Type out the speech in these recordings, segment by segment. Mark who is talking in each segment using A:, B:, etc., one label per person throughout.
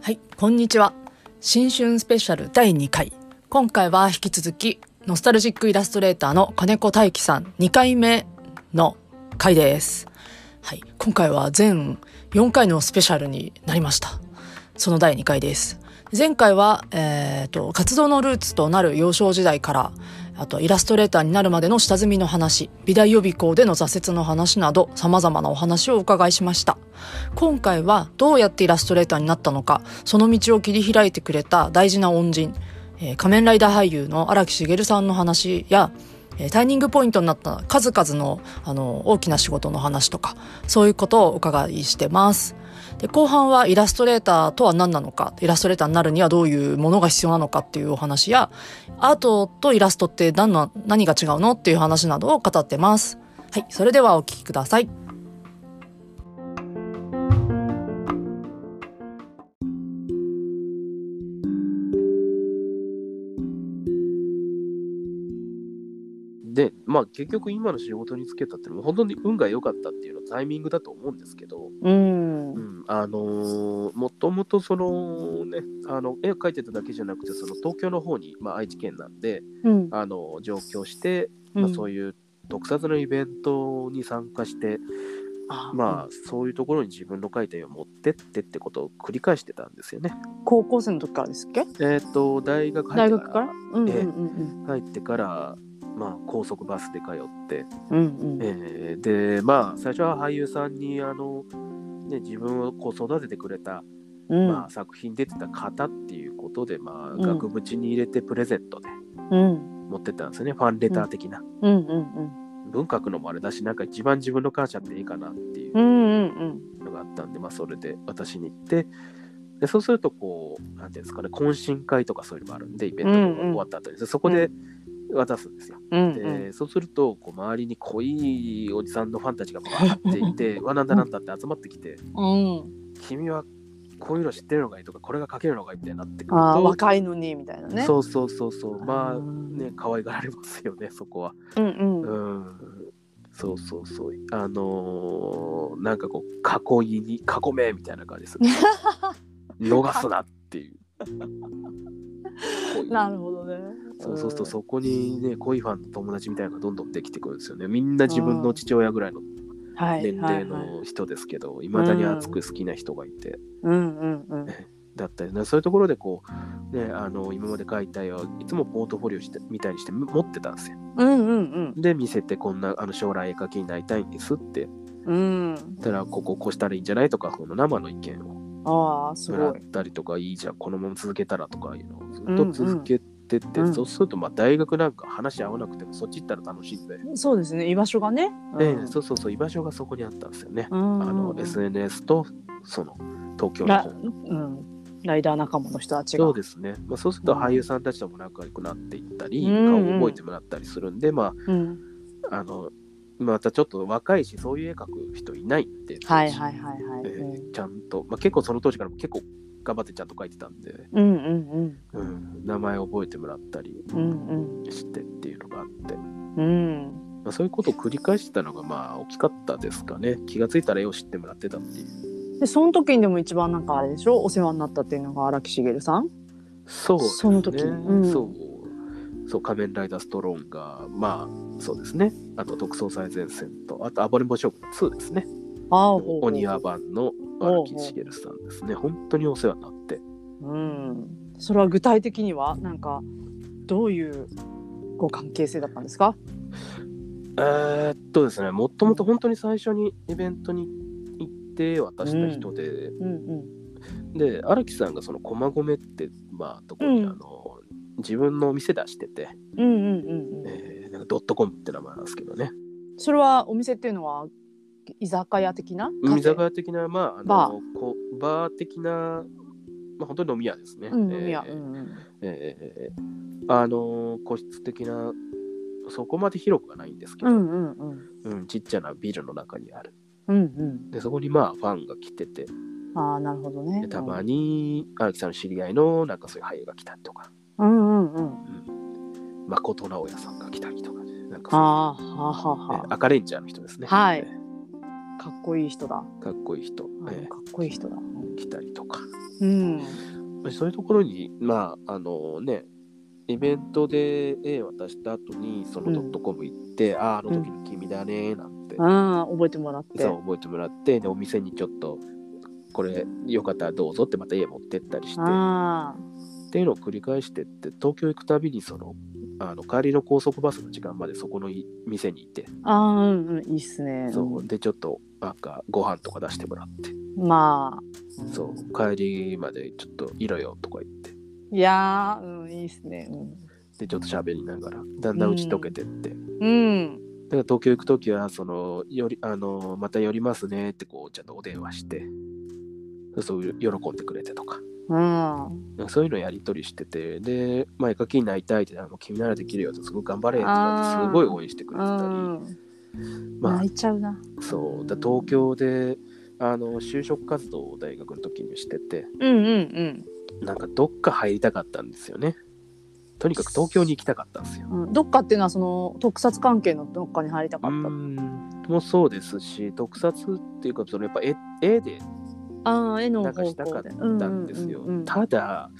A: はい、こんにちは。新春スペシャル第2回。今回は引き続き、ノスタルジックイラストレーターの金子大輝さん2回目の回です。はい、今回は全4回のスペシャルになりました。その第2回です。前回は、えーと、活動のルーツとなる幼少時代から、あとイラストレーターになるまでの下積みの話、美大予備校での挫折の話など様々なお話をお伺いしました。今回はどうやってイラストレーターになったのか、その道を切り開いてくれた大事な恩人、えー仮面ライダー俳優の荒木茂さんの話や、えーターニングポイントになった数々のあの大きな仕事の話とかそういうことをお伺いしてます。で後半はイラストレーターとは何なのかイラストレーターになるにはどういうものが必要なのかっていうお話やアートとイラストって何の何が違うのっていう話などを語ってます。はい、それではお聞きください。
B: で、まあ結局今の仕事に就けたっていうのも本当に運が良かったっていうのはタイミングだと思うんですけど、
A: うん
B: うん、あのーもともとそのね、あの、絵を描いてただけじゃなくて、その東京の方に、まあ愛知県なんで、
A: うん
B: あの、上京して、まあそういう特撮のイベントに参加して、まあそういうところに自分の描いた絵を持ってってってことを繰り返してたんですよね。
A: 高校生の時からですっけ
B: えっ、と、大学入っ
A: 大
B: て
A: 学からうんうん
B: ええ
A: うん
B: 入ってから、まあ高速バスで通って、
A: うんうんうん
B: えーでまあ最初は俳優さんにあの、ね、自分をこう育ててくれた、
A: うん
B: まあ、作品出てた方っていうことで、まあ、
A: ん
B: 額縁に入れてプレゼントで
A: うん
B: 持ってったんですよね、ファンレター的な。
A: うんうん
B: 文書くのもあれだしなんか一番自分の感謝っていいかなってい
A: うんう
B: うん
A: うん
B: のがあったんで、まあ、それで私に行って。でそうするとこうなんていうんですかね懇親会とかそういうのもあるんでイベント
A: うん
B: が
A: うん
B: 終わった後に、そこで渡すんですよ。
A: うん
B: で、
A: うん
B: そうするとこう周りに濃いおじさんのファンたちがバーってい てわなんだなんだって集まってきて
A: うん
B: 君はこういうの知ってるのがいいとかこれが書けるのがいいみたいになってくる
A: ああ
B: と
A: 若いのにみたいなね
B: そうそうそうそうま
A: う
B: あ
A: ん
B: ね可愛がられますよねそこは
A: うんうん
B: うんそうそうそうあのーなんかこう囲いに囲めみたいな感じで する逃すなっていうこういう
A: なるほどね
B: そうそうするとそこにね恋ファンの友達みたいなのがどんどんできてくるんですよねみんな自分の父親ぐらいの
A: うんはい
B: 年
A: は
B: 齢
A: いはい
B: の人ですけど、いまだに熱く好きな人がいて、
A: うんうんうん
B: だったりね、そういうところでこう、ね、あの今まで描いた絵はいつもポートフォリオしてみたいにして持ってたんですよ。
A: うんうん
B: で、見せて、こんなあの将来絵描きになりたいんですって、
A: うんうん
B: だからこここうしたらいいんじゃないとか、この生の意見を
A: ああす
B: もら
A: ごい
B: ったりとか、いいじゃん、このまま続けたらとかいうのをずっと続けてって、
A: うんうん
B: そうすると、まあ大学なんか話し合わなくても、そっち行ったら楽しいんで、
A: そうですね居場所がね
B: でそうそうそう、居場所がそこにあったんですよね。
A: あ
B: あの SNS とその東京の
A: ラ
B: 方
A: うんライダー仲間の人たちが
B: そうですね、まあ、そうすると俳優さんたちとも仲良くなっていったり、
A: うんうん
B: 顔を覚えてもらったりするんで、ま
A: うん
B: あ、あのまたちょっと若いしそういう絵描く人いないんで、
A: はいはいはい
B: え
A: はい
B: ーちゃんと、まあ、結構その当時からも結構頑張ってちゃんと描いてたんで、
A: うんうんうん
B: うん名前を覚えてもらったり
A: うんうん
B: してっていうのがあって、ま
A: うん
B: あ、そういうことを繰り返してたのがまあ大きかったですかね気がついたら絵を知ってもらってたっていう。
A: でその時にでも一番なんかあれでしょお世話になったっていうのが荒木茂さん
B: そうですね
A: その時うん
B: そうそう仮面ライダーストローンがまあそうですねあと特捜最前線とあと暴れん坊将軍2ですね
A: ああ
B: お庭版の荒木茂さんですね本当にお世話になって
A: うんそれは具体的にはなんかどういうご関係性だったんですか
B: えーっとですねもともと本当に最初にイベントに行って渡した人で、
A: うんうん
B: で荒木さんがその駒込ってまあとこに
A: うん
B: あの、自分のお店出してて、
A: うんうんうんうん
B: えーなんかドットコムって名前なんですけどね
A: それはお店っていうのは居酒屋的な
B: 海酒屋的な、まあ、あ
A: バ
B: のバーこうバー的な、まあ、本当に飲み屋ですね。
A: うん
B: えー
A: いやうんうん
B: えーあのー個室的な、そこまで広くはないんですけ
A: う
B: ど、
A: んうんうん
B: うんちっちゃなビルの中にある。
A: うん
B: で、そこにまあ、ファンが来てて、
A: うんああなるほどね
B: でたまに、荒木さんの知り合いの、なんかそういう俳優が来たりとか、
A: うんうんうん
B: うん、誠直哉さんが来たりとかね、なんかそうい
A: あ
B: う
A: あはあはあは
B: えー赤レンジャーの人ですね。
A: はい
B: えー
A: かっこいい人だ。
B: かっこいい人、
A: あ
B: え
A: の
B: え
A: かっこいい人だ。
B: 来たりとか
A: うん。
B: そういうところにまああのねイベントで絵渡した後にそのドットコム行って、あああの時の君だねなんて、
A: ああ、覚えてもらって。
B: そう覚えてもらってでお店にちょっとこれよかったらどうぞってまた家持ってったりして
A: あ
B: っていうのを繰り返してって東京行くたびにそのあの帰りの高速バスの時間までそこのい店にいて、
A: あ。ああ、うんうん、いいっすね。
B: そうでちょっとなんかご飯とか出してもらって、
A: まあ。
B: そう帰りまでちょっといろよとか言って
A: いやー、うん、いいっすね。
B: でちょっと喋りながらだんだん打ち解けてって、
A: うん。
B: だから東京行く時はそのよりあのまた寄りますねってこうちゃんとお電話してそうそう喜んでくれてとか
A: うん。うん。
B: なんかそういうのやり取りしてて、で、まあ、絵描きになりたいって、あもう君ならできるよと、すごい頑張れとかって、
A: あー
B: すごい応援してくれてたり、ま
A: 泣いちゃうな。
B: あ、そう、だ東京で、あの、就職活動を大学の時にしてて、
A: うんうんうん。
B: なんかどっか入りたかったんですよね。とにかく東京に行きたかったんですよ。
A: うん、どっかっていうのはその特撮関係のどっかに入りたか
B: う
A: った。
B: ん、もそうですし、特撮っていうか、そのやっぱ絵絵で
A: ああ絵の
B: なんか
A: 方
B: したか
A: 向で。
B: ったんですよ
A: うんうんうんう。ん
B: ただ、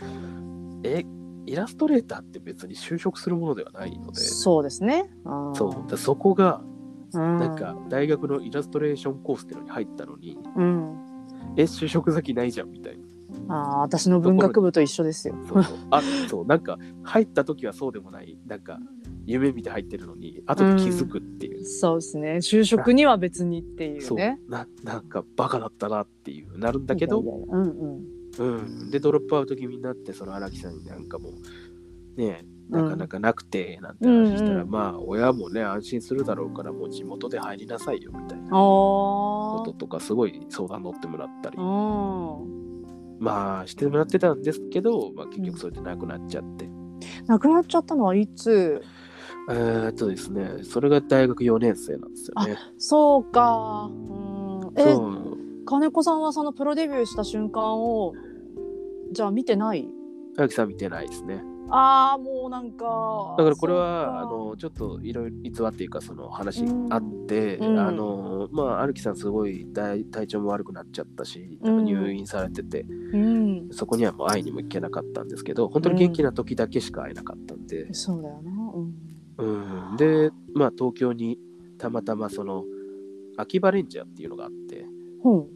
B: え、イラストレーターって別に就職するものではないので、
A: そうですね。ああ
B: そう、だからそこが、
A: うん
B: なんか大学のイラストレーションコースってのに入ったのに、
A: うん。
B: え、就職先ないじゃんみたいな。
A: ああ私の文学部と一緒ですよ。
B: そう そうあそう、なんか入った時はそうでもない、なんか夢見て入ってるのに、後で気づくっていう。
A: そうですね。就職には別にっていう
B: そう
A: ね。
B: ななんかバカだったなっていうなるんだけど
A: いやいやいやうんうん。
B: うん、でドロップアウト気味になってその荒木さんになんかもうねえなかなかなくてなんて話したら、
A: うんうん
B: まあ親もね安心するだろうからもう地元で入りなさいよみたいなこ
A: あ
B: ととかすごい相談乗ってもらったり
A: あ。うん。
B: まあしてもらってたんですけど、まあ、結局それでなくなっちゃって、
A: なくなっちゃったのはいつ？
B: えーっとですねそれが大学4年生なんですよね。
A: そうか。うん。え
B: そう
A: 金子さんはそのプロデビューした瞬間をじゃあ見てない？
B: 荒木さん見てないですね
A: ああもうなんか。
B: だからこれはあ
A: そ
B: のちょっといろいろ逸話っていうかその話あって、
A: うん
B: あのまあ荒木さんすごい体体調も悪くなっちゃったしなんか入院されてて、
A: うかうん。
B: そこにはもう会いにも行けなかったんですけど本当に元気な時だけしか会えなかったんで、
A: そうだよな。
B: うん、でまあ東京にたまたまその秋葉レンジャーっていうのがあって、
A: うん。ほ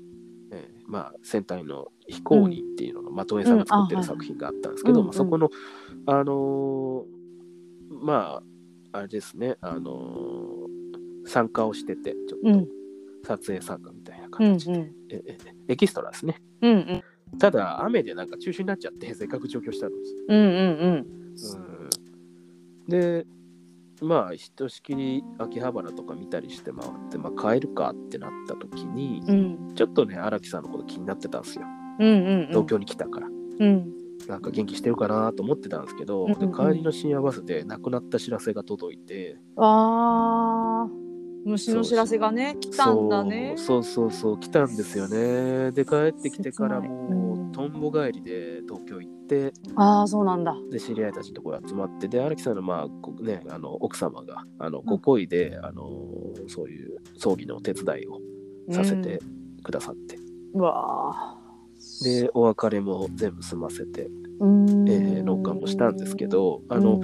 B: えーまあ、戦隊の「飛行人」っていうのの的江さんが作ってる作品があったんですけど、
A: うんあ
B: ま
A: はい
B: あ、そこの、あのーまああれですね、あのー参加をしててち
A: う。う
B: ょっ
A: ん
B: と。撮影参加みたいな
A: うん
B: 感じ
A: う
B: で、
A: ん。
B: ええエキストラですね
A: うんうん。
B: ただ雨でなんか中止になっちゃってせっかく上京したのに、
A: うんうんうん。
B: うん、でまあひとしきり秋葉原とか見たりして回って、まあ、帰るかってなった時に、
A: うん
B: ちょっとね荒木さんのこと気になってたんですよ
A: うんうん
B: 東京に来たから。
A: うん
B: なんか元気してるかなと思ってたんですけど、
A: うんうんうん
B: で帰りの深夜バスで亡くなった知らせが届いて
A: あー虫の知らせがね来たんだね
B: そうそうそうそう来たんですよねで帰ってきてから
A: 切ない
B: も
A: うん
B: うとんぼ返りで東京行って
A: ああそうなんだ
B: で知り合いたちのところ集まってで荒木さんの,、まあこね、あの奥様があのご好意で、あのそういう葬儀のお手伝いをさせてくださって、
A: うんうわー
B: でお別れも全部済ませて、
A: うん
B: えー、納棺もしたんですけどあの、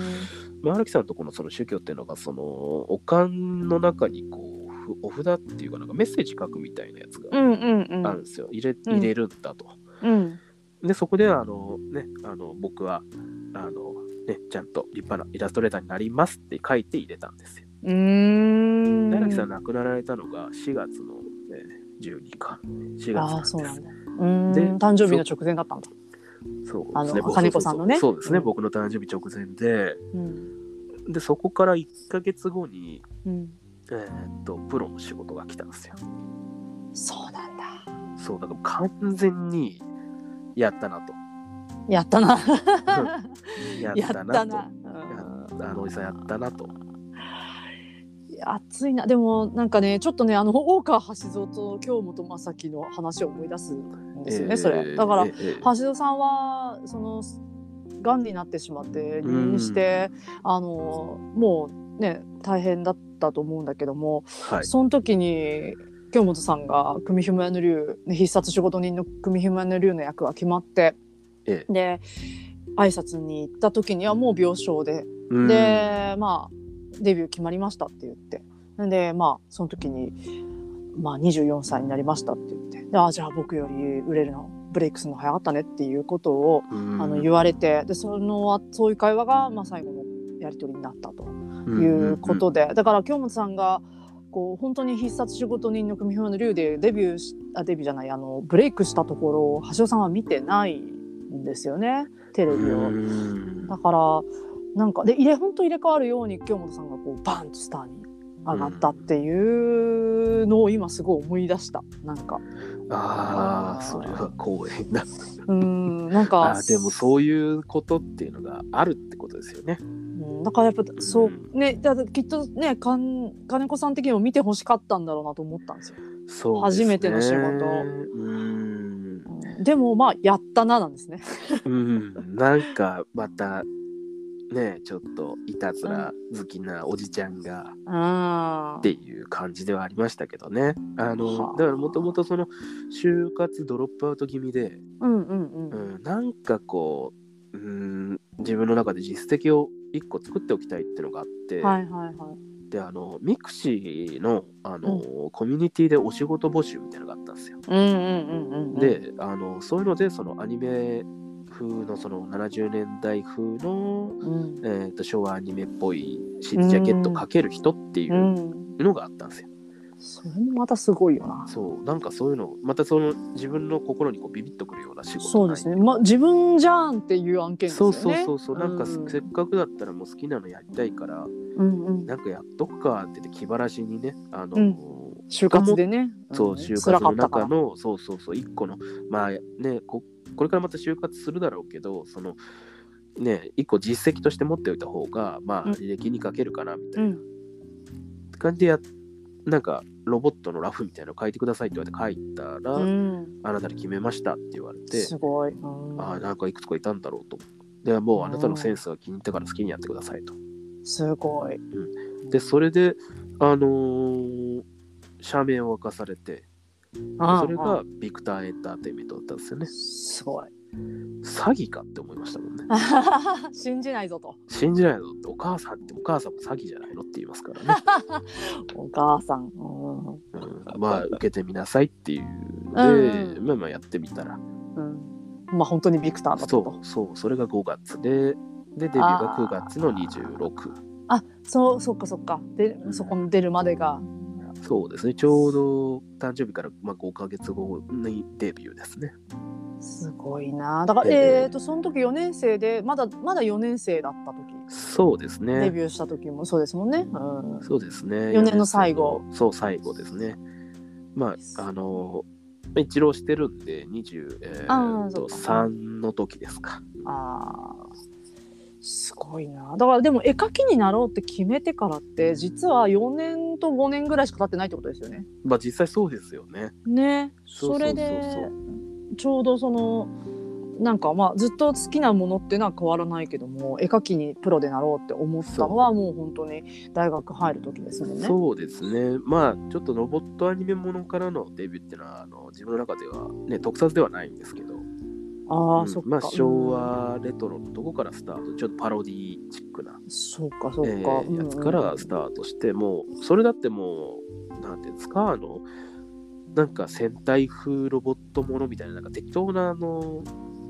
B: まあ、荒木さんのとこのその宗教っていうのがそのお棺の中にこうふお札っていうかなんかメッセージ書くみたいなやつ
A: う
B: が
A: んうんうん
B: あるんですよ、入れ
A: ん
B: 入れるんだと。
A: うん
B: でそこであの、ね、あの僕はあの、ね、ちゃんと立派なイラストレーターになりますって書いて入れたんですよ。
A: うーん
B: で荒木さん亡くなられたのが4月の、ね、12か4月
A: あ
B: なん
A: あ
B: です
A: そうなんだうーん
B: で
A: 誕生日の直前だったんだ
B: そう
A: あの
B: ですね僕
A: 金子さんのね
B: そうそうそうそうですね、
A: うん
B: 僕の誕生日直前で
A: うん
B: でそこから1ヶ月後に、
A: うん
B: えーっとプロの仕事が来たんですよ。
A: そうなんだ
B: そう、だから完全にやった なと。
A: やったな
B: や
A: や
B: った
A: っ
B: な
A: た
B: と。
A: な
B: あのおじさんやったなと。
A: いや暑いなでもなんかねちょっとねあの大川橋蔵と京本正樹の話を思い出すんですよね、
B: えー
A: それだから、
B: えー
A: 橋蔵さんはそのがんになってしまって入院して、あのもうね大変だったと思うんだけども、
B: はい。
A: その時に京本さんが「組紐屋の竜」ね必殺仕事人の組紐屋の竜の役が決まって、
B: え
A: で挨拶に行った時にはもう病床で、
B: うん、
A: でまあデビュー決まりましたって言ってなんでまあその時に、まあ、24歳になりましたって言ってでああじゃあ僕より売れるのブレイクするの早かったねっていうことを
B: うん、
A: あの言われてでそのあそういう会話が、まあ、最後のやり取りになったと。
B: うん
A: いうことで、だから京本さんがこう本当に必殺仕事人の組表の竜でデビューしあデビューじゃないあのブレイクしたところを橋尾さんは見てないんですよねテレ
B: う
A: ビを。
B: ん
A: だからなんかで入れ本当入れ替わるように京本さんがこうバーンとスターに上がったっていうのを今すごい思い出したなんか
B: ああそれは光栄な
A: うんなん
B: あ
A: か
B: ーでもそういうことっていうのがあるってことですよね
A: うんだからやっぱそうねだからきっとねかん金子さん的にも見てほしかったんだろうなと思ったんですよ。
B: そうです
A: 初
B: ね
A: めての仕事
B: うん
A: うんでもまあやったななんですね。
B: うんなんかまたねちょっといたずら好きなおじちゃんが
A: あ
B: っていう感じではありましたけどねあ
A: はあ
B: のだからもともとその就活ドロップアウト気味で、
A: うんうんう。
B: うんん、なんかこう、うん、自分の中で実績を1個作っておきたいっていうのがあって、
A: はいはいはい。
B: であのミクシーのあの、コミュニティでお仕事募集みたいなのがあったんですよ。
A: うんうんうんうん。、
B: であのそういうのでそのアニメ風のその70年代風の、
A: うん。。
B: えー、と昭和アニメっぽいシージャケットかける人っていううんのがあったんですよ。
A: それもまたすごいよな。
B: そうなんかそういうのまたその自分の心にこうビビッとくるような仕事
A: そうですね。まあ自分じゃんっていう案件です
B: そ
A: よ
B: う
A: ね。
B: そうそうそうなんかせ
A: うん
B: せっかくだったらもう好きなのやりたいから
A: うんうん。
B: なんかやっとくかって言って気晴らしにねあの、
A: うん就活でね。
B: そうん就
A: 辛
B: 活
A: か
B: の
A: ったか
B: 中
A: ら。
B: のそうそうそう一個のまあねここれからまた就活するだろうけどそのね一個実績として持っておいた方がま
A: うん
B: あ履歴にかけるかなみた
A: う
B: い
A: ん。
B: な感じでやなんかロボットのラフみたいなの書いてくださいって言われて書いたら、
A: うん。
B: あなたに決めましたって言われて
A: すごい。うん
B: あーなんかいくつかいたんだろうと。でもうあなたのセンスが気に入ったから好きにやってくださいと。
A: すごい。
B: でそれであのー社名を明かされて
A: あ
B: それ
A: あ
B: がビクターエンターテインメントだったんですよね。
A: すごい。
B: 詐欺かって思いましたもんね。
A: 信じないぞと。
B: 信じないのってお母さんってお母さんも詐欺じゃないのって言いますから ね。
A: お母さん。うん
B: うん、まあ受けてみなさいっていう
A: うん
B: ので、まあまあやってみたら
A: うん。まあ本当にビクターだったと。
B: そうそうそれが5月ででデビューが9月の26
A: あそうそっかそっかでそこに出るまでが
B: そうですねちょうど誕生日からまあ5ヶ月後にデビューですね。
A: すごいなだから
B: ええ
A: えー、とその時4年生でまだまだ4年生だった時
B: そうです
A: デ
B: ね。
A: ビューした時もそうですもんね、うん、
B: そうですね。
A: 四年の最後
B: 四年生の。そう、最後ですね。まあ、あの、一浪してるんで、23、え
A: あー
B: ー
A: そ
B: と
A: うか
B: 3の時ですか。
A: あーすごいなだからでも絵描きになろうって決めてからって実は4年と5年ぐらいしか経ってないってことですよね。
B: まあ、実際そうですよね。
A: ねそ
B: そ
A: う
B: そうそ
A: れ
B: うそう
A: でちょうどそのなんかまあずっと好きなものっていうのは変わらないけども絵描きにプロでなろうって思ったのはもう本当に大学入る時ですもんね。
B: そうですね。まあ、ちょっとロボットアニメものからのデビューっていうのは、あの自分の中では、ね、特撮ではないんですけど、
A: ああ、
B: うん
A: そっか。
B: まあ、昭和レトロのとこからスタート、ちょっとパロディチックな、
A: うん。そうかそう
B: え
A: か。
B: ーやつからスタートして、もう、それだってもう、なんていうんですか、あの、なんか戦隊風ロボットものみたいな、なんか適当なあの、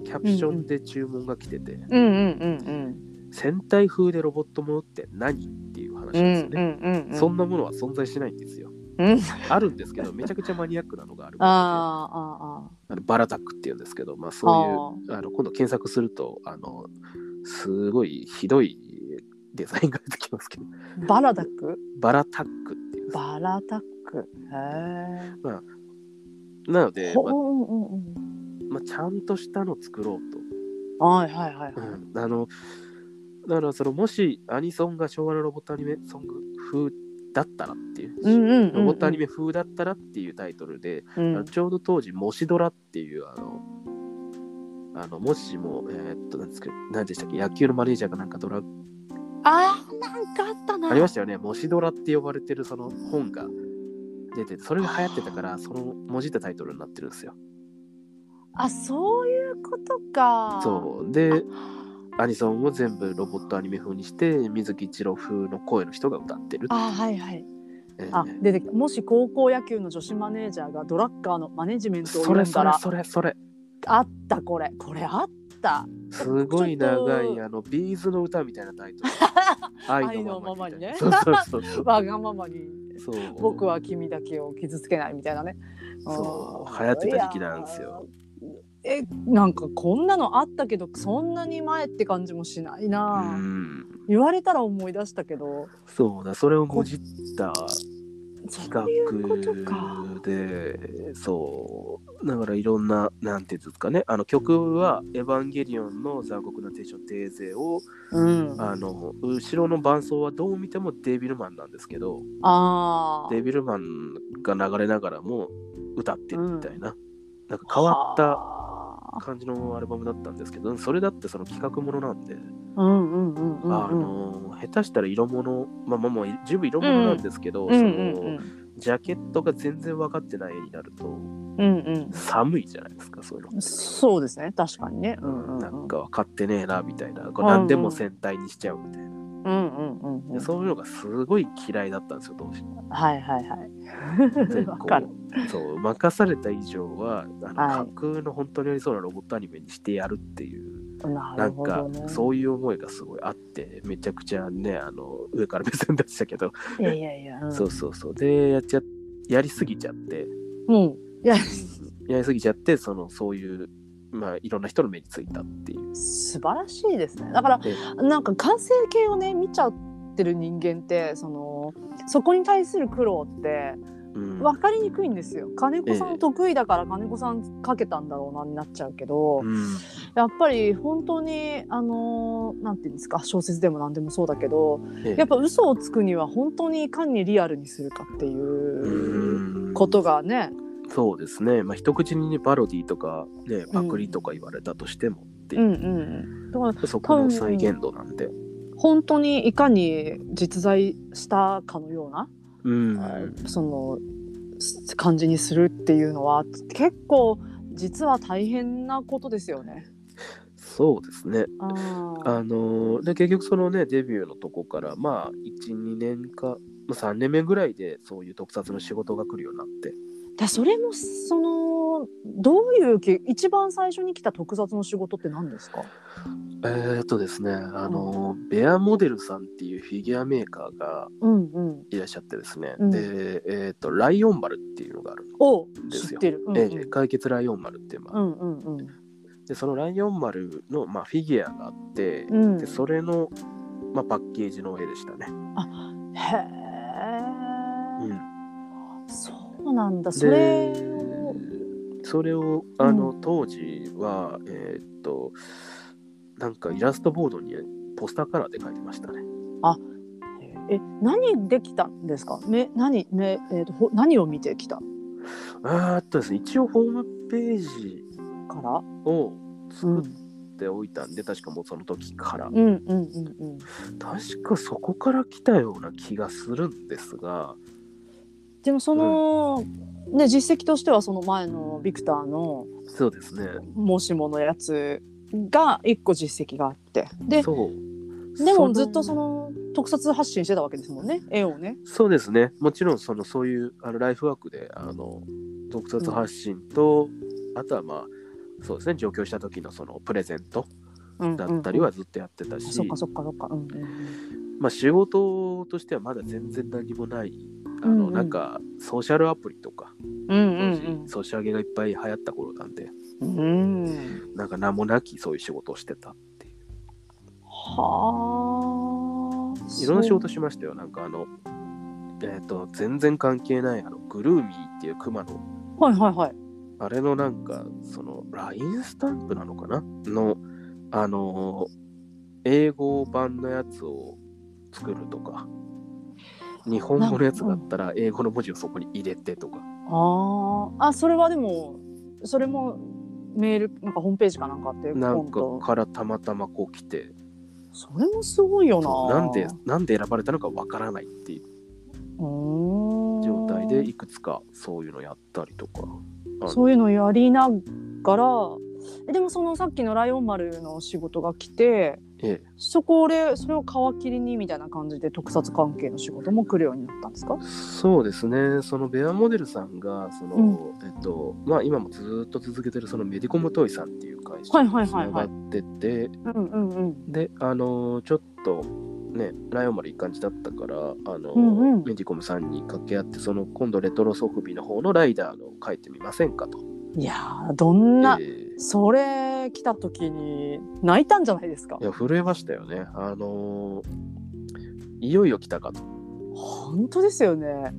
B: キャプションで注文が来てて、
A: うんうんうん
B: 戦隊風でロボットものって何っていう話
A: うん。うん
B: ですよ
A: う
B: ね。
A: んうんうん。
B: そんなものは存在しないんですよ。
A: うん
B: あるんですけど、めちゃくちゃマニアックなのがある
A: あ
B: あ
A: ああ
B: のバラタックっていうんですけど、まあ、
A: ああ
B: そういうあの今度検索するとあのすごいひどいデザインが出てきますけど
A: あ。バラダック？
B: バラタックっていうんです
A: バラダック。へ
B: なので
A: え。、ほ
B: まあ
A: うんうんうん。
B: まあ、ちゃんとしたの作ろうと
A: はいはいはいはい。
B: うんあのだからそのもしアニソンが昭和のロボットアニメソング風だったらっていう,、
A: うんうんうんうん
B: ロボットアニメ風だったらっていうタイトルで、
A: うん
B: あのちょうど当時「もしドラ」っていうあのあのもしもえーっとなんですけど何でしたっけ野球のマネージャーかなんかドラ
A: ああなんかあったな。
B: ありましたよね「もしドラ」って呼ばれてるその本が出ててそれが流行ってたからその文字ったタイトルになってるんですよ
A: あそういうことか
B: そうでアニソンを全部ロボットアニメ風にして水木一郎風の声の人が歌ってる
A: あはいはい
B: え
A: あ
B: ー
A: 出てきたもし高校野球の女子マネージャーがドラッカーのマネジメントを
B: そ
A: 読
B: れ
A: んだ
B: それ
A: ら
B: それそれ
A: あったこれこれあった
B: すごい長
A: ちょっ
B: い
A: と
B: あのビーズの歌みたいなタイトル 愛のままにね
A: 愛
B: そ
A: の
B: う
A: ま
B: そ
A: ま
B: うそうそう
A: わがままに
B: そう
A: 僕は君だけを傷つけないみたいなね
B: そう
A: うん
B: 流行ってた時期なんです
A: い
B: よ
A: やーえなんかこんなのあったけどそんなに前って感じもしないうな、
B: ん
A: 言われたら思い出したけど
B: そうだそれをもじった
A: そ
B: 企
A: ういうことか
B: 画でそうだからいろんななんていうんですかねあの曲は「エヴァンゲリオン」の「残酷なテンションテーゼ」を
A: うんあ
B: あの後ろの伴奏はどう見てもデビルマンなんですけど
A: あー
B: デビルマンが流れながらも歌ってるみたいな、なんか変わった
A: は
B: 感じのアルバムだったんですけどそれだってその企画ものなんで、
A: あうんうんうんうんうん
B: あの下手したら色物まあまあもう十分色物なんですけど、
A: うん
B: そのジャケットが全然分かってない絵になると
A: うんうんうん
B: 寒いじゃないですかそういうの
A: う。んそうですね確かにねうんうんうん
B: なんか分かってねえなみたいな、こ
A: うんう
B: れ
A: ん
B: 何でも戦隊にしちゃうみたいな、
A: うんうんうんうん
B: でそういうのがすごい嫌いだったんですよ当時。
A: はいはいはい
B: で
A: わかる
B: こうそう任された以上はあの、
A: はい
B: 架空の本当にありそうなロボットアニメにしてやるっていう
A: な
B: な
A: る
B: ん
A: ほ
B: か
A: どね
B: そういう思いがすごいあってめちゃくちゃねあの上から目線出したけど、
A: いやいやいや、うん、
B: そうそうそうでやっちゃやりすぎちゃって
A: うんいや
B: やりすぎちゃってそのそういう、まあ、いろんな人の目についたっていう。
A: 素晴らしいですねだから
B: で
A: なんか完成形をね見ちゃってる人間ってそのそこに対する苦労って
B: うん
A: 分かりにくいんですよ金子さ
B: ええ
A: ん得意だから金子さんかけたんだろうなになっちゃうけど、
B: うん
A: やっぱり本当にあのなんていうんですか小説でも何でもそうだけど
B: ええ
A: やっぱ嘘をつくには本当にいかにリアルにするかっていう
B: うん
A: ことがね
B: そうですね、まあ、一口にねパロディとか、ね、パクリとか言われたとしてもっていうう、
A: んうんだから
B: そこの再現度なんで。
A: 本当にいかに実在したかのような
B: うん
A: そのす感じにするっていうのは結構実は大変なことですよね。
B: そうですね。
A: あー
B: あのーで結局そのねデビューのとこからまあ12年か、まあ、3年目ぐらいでそういう特撮の仕事が来るようになって
A: だそれもそのどういうけ一番最初に来た特撮の仕事って何ですか
B: えー、っとですねあのーベアモデルさんっていうフィギュアメーカーが
A: うんうん。
B: いらっしゃってですね、
A: うん
B: でえーっとライオン丸っていうのがあるの、
A: を
B: です
A: 知
B: よ
A: ってる。うんう
B: え
A: ん
B: え解決ライオン丸っていう、まあ
A: うんうんうん
B: でそのライオン丸の、まあ、フィギュアがあって、
A: うん
B: でそれの、まあ、パッケージの絵でしたね。
A: へ
B: う
A: え、
B: ん、
A: そうなんだ。それ
B: で
A: を
B: それをあの、当時はえーっとなんかイラストボードにポスターカラーで描いてましたね。
A: え何できたんですか。め何めえーとほ何を見てきたか
B: あーっとですね一応ホームページ
A: ら。
B: を
A: うん
B: 作っておいたんで、確かもうその時から
A: うんうんうんうん。
B: 確かそこから来たような気がするんですが
A: でもその、ね実績としてはその前のビクターの
B: そうですね
A: もしものやつが一個実績があってで
B: そう
A: でも
B: の
A: ずっとその特撮発信してたわけですもんね絵をね。
B: そうですね。もちろんそのそういうあのライフワークであの特撮発信と、あとはまあそうですね上京した時のそのプレゼント
A: うん
B: だったりはずっとやってた
A: うん
B: し、
A: あそっかそっかそっか。うんうん
B: まあ、仕事としてはまだ全然何もないあ
A: うん
B: の、
A: うん
B: なんかソーシャルアプリとか
A: うん
B: 当
A: う
B: 時、
A: ん
B: ソシャゲがいっぱい流行った頃なんで
A: うんうん。
B: なんか名もなきそういう仕事をしてたっていう
A: はあ。
B: いろんな仕事しましたよなんかあのえっ、と全然関係ないあのグルーミーっていうクマの
A: そう。はいはいはい。
B: あれのなんか、その、LINE スタンプなのかなの、あのー英語版のやつを作るとか、日本語のやつだったら、英語の文字をそこに入れてとか、
A: ああ。あそれはでもそれもメールなんかホームページかなんかあって
B: なん
A: ポン
B: か
A: と
B: からたまたまこう来て、
A: それもすごいよな。
B: なんで、なんで選ばれたのかわからないっていう
A: 状
B: 状態でいくつかそういうのやったりとかあの
A: そういうのをやりながらえでもそのさっきの「ライオン丸」の仕事が来て
B: ええ
A: そこでそれを皮切りにみたいな感じで特撮関係の仕事も来るようになったんですか
B: そうですねそのベアモデルさんがその、
A: うん
B: えっとまあ、今もずっと続けてるそのメディコムトイさんっていう会社
A: はい
B: に
A: はい
B: つ
A: はい
B: なが
A: はい
B: ってて、
A: うんうんうん
B: であのちょっとねライオンまでいい感じだったからあの、
A: うんうん
B: メディコムさんに掛け合ってその今度レトロソフビの方のライダーの書いてみませんかと。
A: いやーどんな、
B: ええ
A: それ来た時に泣いたんじゃないですか
B: いや震えましたよね。あのいよいよ来たかと。
A: 本当ですよね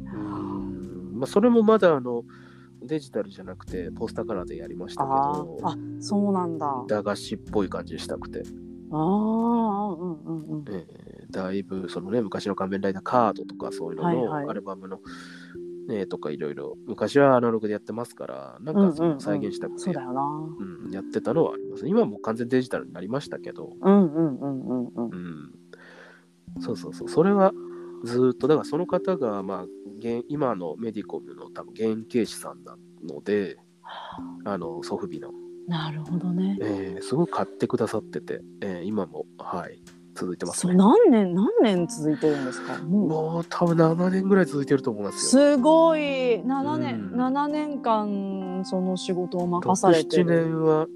B: まあ、それもまだあのデジタルじゃなくてポスターカラーでやりましたけ
A: あー
B: ど
A: あそうなんだあ
B: 駄菓子っぽい感じにしたくて、
A: あーうんうんうん
B: えーだいぶそのね昔の仮面ライダーカードとかそういうの
A: はいはい
B: のアルバムの、ねとかいろいろ昔はアナログでやってますからなん
A: うんうんう
B: か
A: ん
B: その再現したくて、
A: そう
B: うん
A: だよな
B: やってたのはあります今はもう完全デジタルになりましたけど、
A: うんうんうんうんうん
B: うん、そうそうそうそれはずーっとだからその方が、まあ、現今のメディコムの多分原型師さんなのであのソフビの、
A: なるほどね
B: えーすごい買ってくださってて、えー今もはい続いてます
A: そ
B: ね
A: れ何年何年続いてるんですかもう
B: もう多分7年ぐらい続いてると思いますよ
A: すごい7年、
B: うん
A: 七年間その仕事を任されて
B: 67
A: る
B: 年は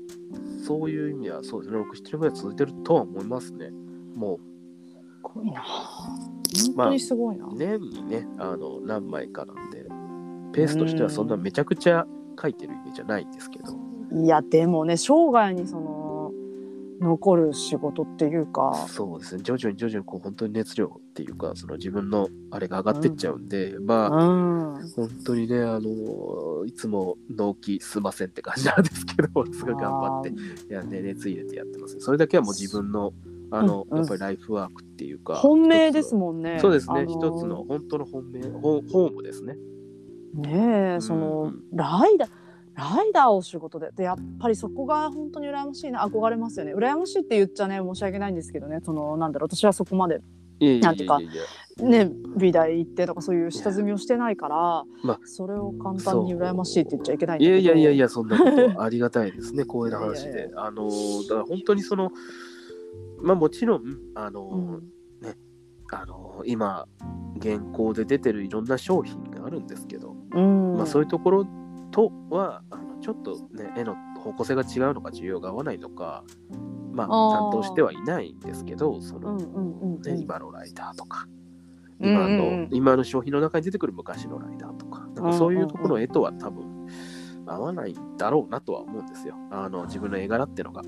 B: そういう意味ではそうですね67年ぐらい続いてるとは思いますねも
A: すごいな本
B: まあ
A: 当にすごいな、
B: う年にねあの何枚かなんでペースとしてはそんなめちゃくちゃ書いてるイメージはないんですけど、
A: いやでもね生涯にその残る仕事っていうか
B: そうですね徐々に徐々にこう本当に熱量っていうかその自分のあれが上がってっちゃうんで、まあ
A: うん
B: 本当にねあのーいつも納期すんませんって感じなんですけどすごい頑張っていや、ね、熱入れてやってますねそれだけはもう自分のあの、
A: うんうん
B: やっぱりライフワークっていう
A: あ
B: か
A: ー本命です
B: ん
A: もんね
B: そうですね、
A: あのー
B: 一つの本当の本命ホホームですね
A: ね
B: う
A: え
B: ん
A: そのライダーライダーを仕事ででやっぱりそこが本当に羨ましいな憧れますよね羨ましいって言っちゃね申し訳ないんですけどねそのなんだろう私はそこまで
B: いやいや
A: なんていうか
B: いやいやいや
A: ね美大行ってとかそういう下積みをしてないから、
B: まあ
A: それを簡単に羨ましいって言っちゃいけないん
B: い
A: だ
B: や
A: けど
B: いやいやいや、そんなことはありがたいですね、光栄な話
A: いやいや
B: で
A: い。
B: あのー、だから本当にその、まあもちろん、あのー
A: うん
B: ね、あのー今、現行で出てるいろんな商品があるんですけど、
A: うん、
B: まあそういうところとは、あのちょっとね、絵の方向性が違うのか、需要が合わないのか、まあ
A: あー
B: 担当してはいないんですけど、そ
A: う
B: の、
A: んうんうんうん
B: ね、今のライダーと
A: う
B: か。
A: んうん
B: 今
A: う
B: の、
A: ん
B: 今の商品の中に出てくる昔のライダーとかなんかそういうところの絵とは多分合わないんだろうなとは思うんですよあの自分の絵柄ってのが。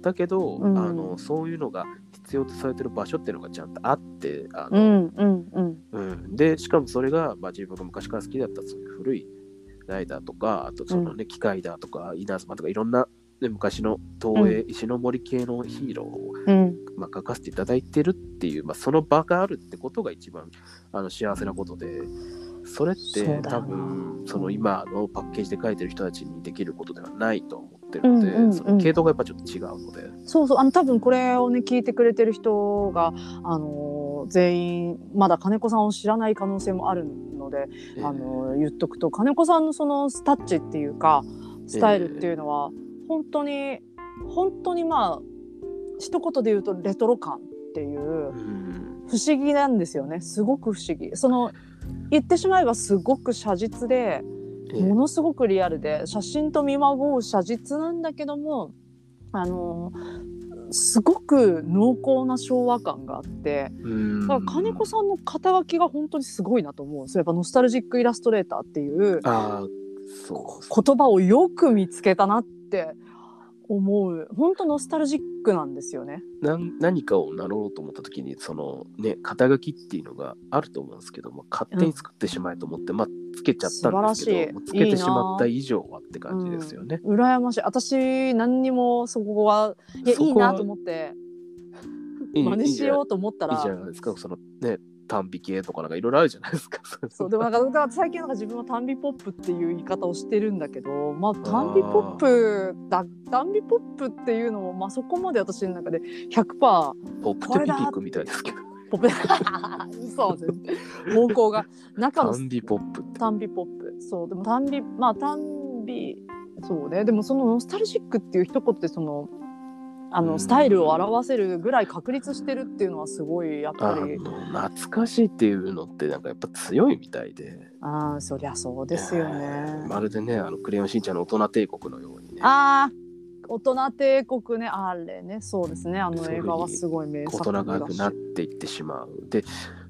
B: だけど、
A: うん
B: あのそういうのが必要とされてる場所っていうのがちゃんとあってあ
A: う
B: の、
A: んうんうん
B: うんでしかもそれが、まあ、自分が昔から好きだったそういう古いライダーとかあとその、ね機械だとか稲妻とかいろんな、ね、昔の東映、石の森系のヒーローを
A: うん
B: まあ、書かせていただいてるっていう、まあ、その場があるってことが一番あの幸せなことでそれっ
A: そうだよ
B: て
A: な
B: 多分その今のパッケージで書いてる人たちにできることではないと思ってるので、
A: うんうんうん
B: その系統がやっぱちょっと違うので、
A: そうそうあの多分これをね聞いてくれてる人があのー全員まだ金子さんを知らない可能性もあるので、
B: えー
A: あのー言っとくと金子さんのそのスタッチっていうかスタイルっていうのは、本当に本当にまあ一言で言うとレトロ感っていう
B: うん
A: 不思議なんですよねすごく不思議その言ってしまえばすごく写実で
B: えー
A: ものすごくリアルで写真と見まごう写実なんだけどもあのすごく濃厚な昭和感があって
B: うん
A: だから金子さんの肩書きが本当にすごいなと思うんですよやっぱノスタルジックイラストレーターっていう
B: あーそうです
A: 言葉をよく見つけたなって思う本当ノスタルジックなんですよね。
B: なん何かを名乗ろうと思った時にそのね肩書きっていうのがあると思うんですけど、まあ、勝手に作ってしまえと思って、まあつけちゃったんです
A: 素晴
B: け
A: らしい
B: どもうつけてしまった以上はって感じですよね。
A: 羨ましい私何にもそこはいや
B: そこはい
A: いなと思って
B: いい
A: 真似
B: いいん
A: し
B: じゃない
A: ようと思った
B: いい
A: ら
B: じゃないですか、そのね、短美系とかなんかいろいろあるじゃないですか。
A: そうでもなんかだから最近なんか自分は単美ポップっていう言い方をしてるんだけど、まあ、単美ポップだ単美ポップっていうのも、まあ、そこまで私の中で100%
B: ポップテピピックみたいですけど。
A: ポップそうです方向が中の
B: ンビポップって。
A: 単美ポップそうでも単美まあ単美そうねでもそのノスタルジックっていう一言ってそのあ
B: うん
A: のスタイルを表せるぐらい確立してるっていうのはすごいやっ
B: あ
A: ぱり
B: の懐かしいっていうのってなんかやっぱ強いみたいで
A: ああそりゃそうですよね。
B: まるでねあのクレヨンしんちゃんの大人帝国のようにね
A: ああ大人帝国ねあれねそうですねあの映画はすごい名
B: 大
A: 作
B: 人が
A: だ
B: く
A: し
B: なっていってしまうで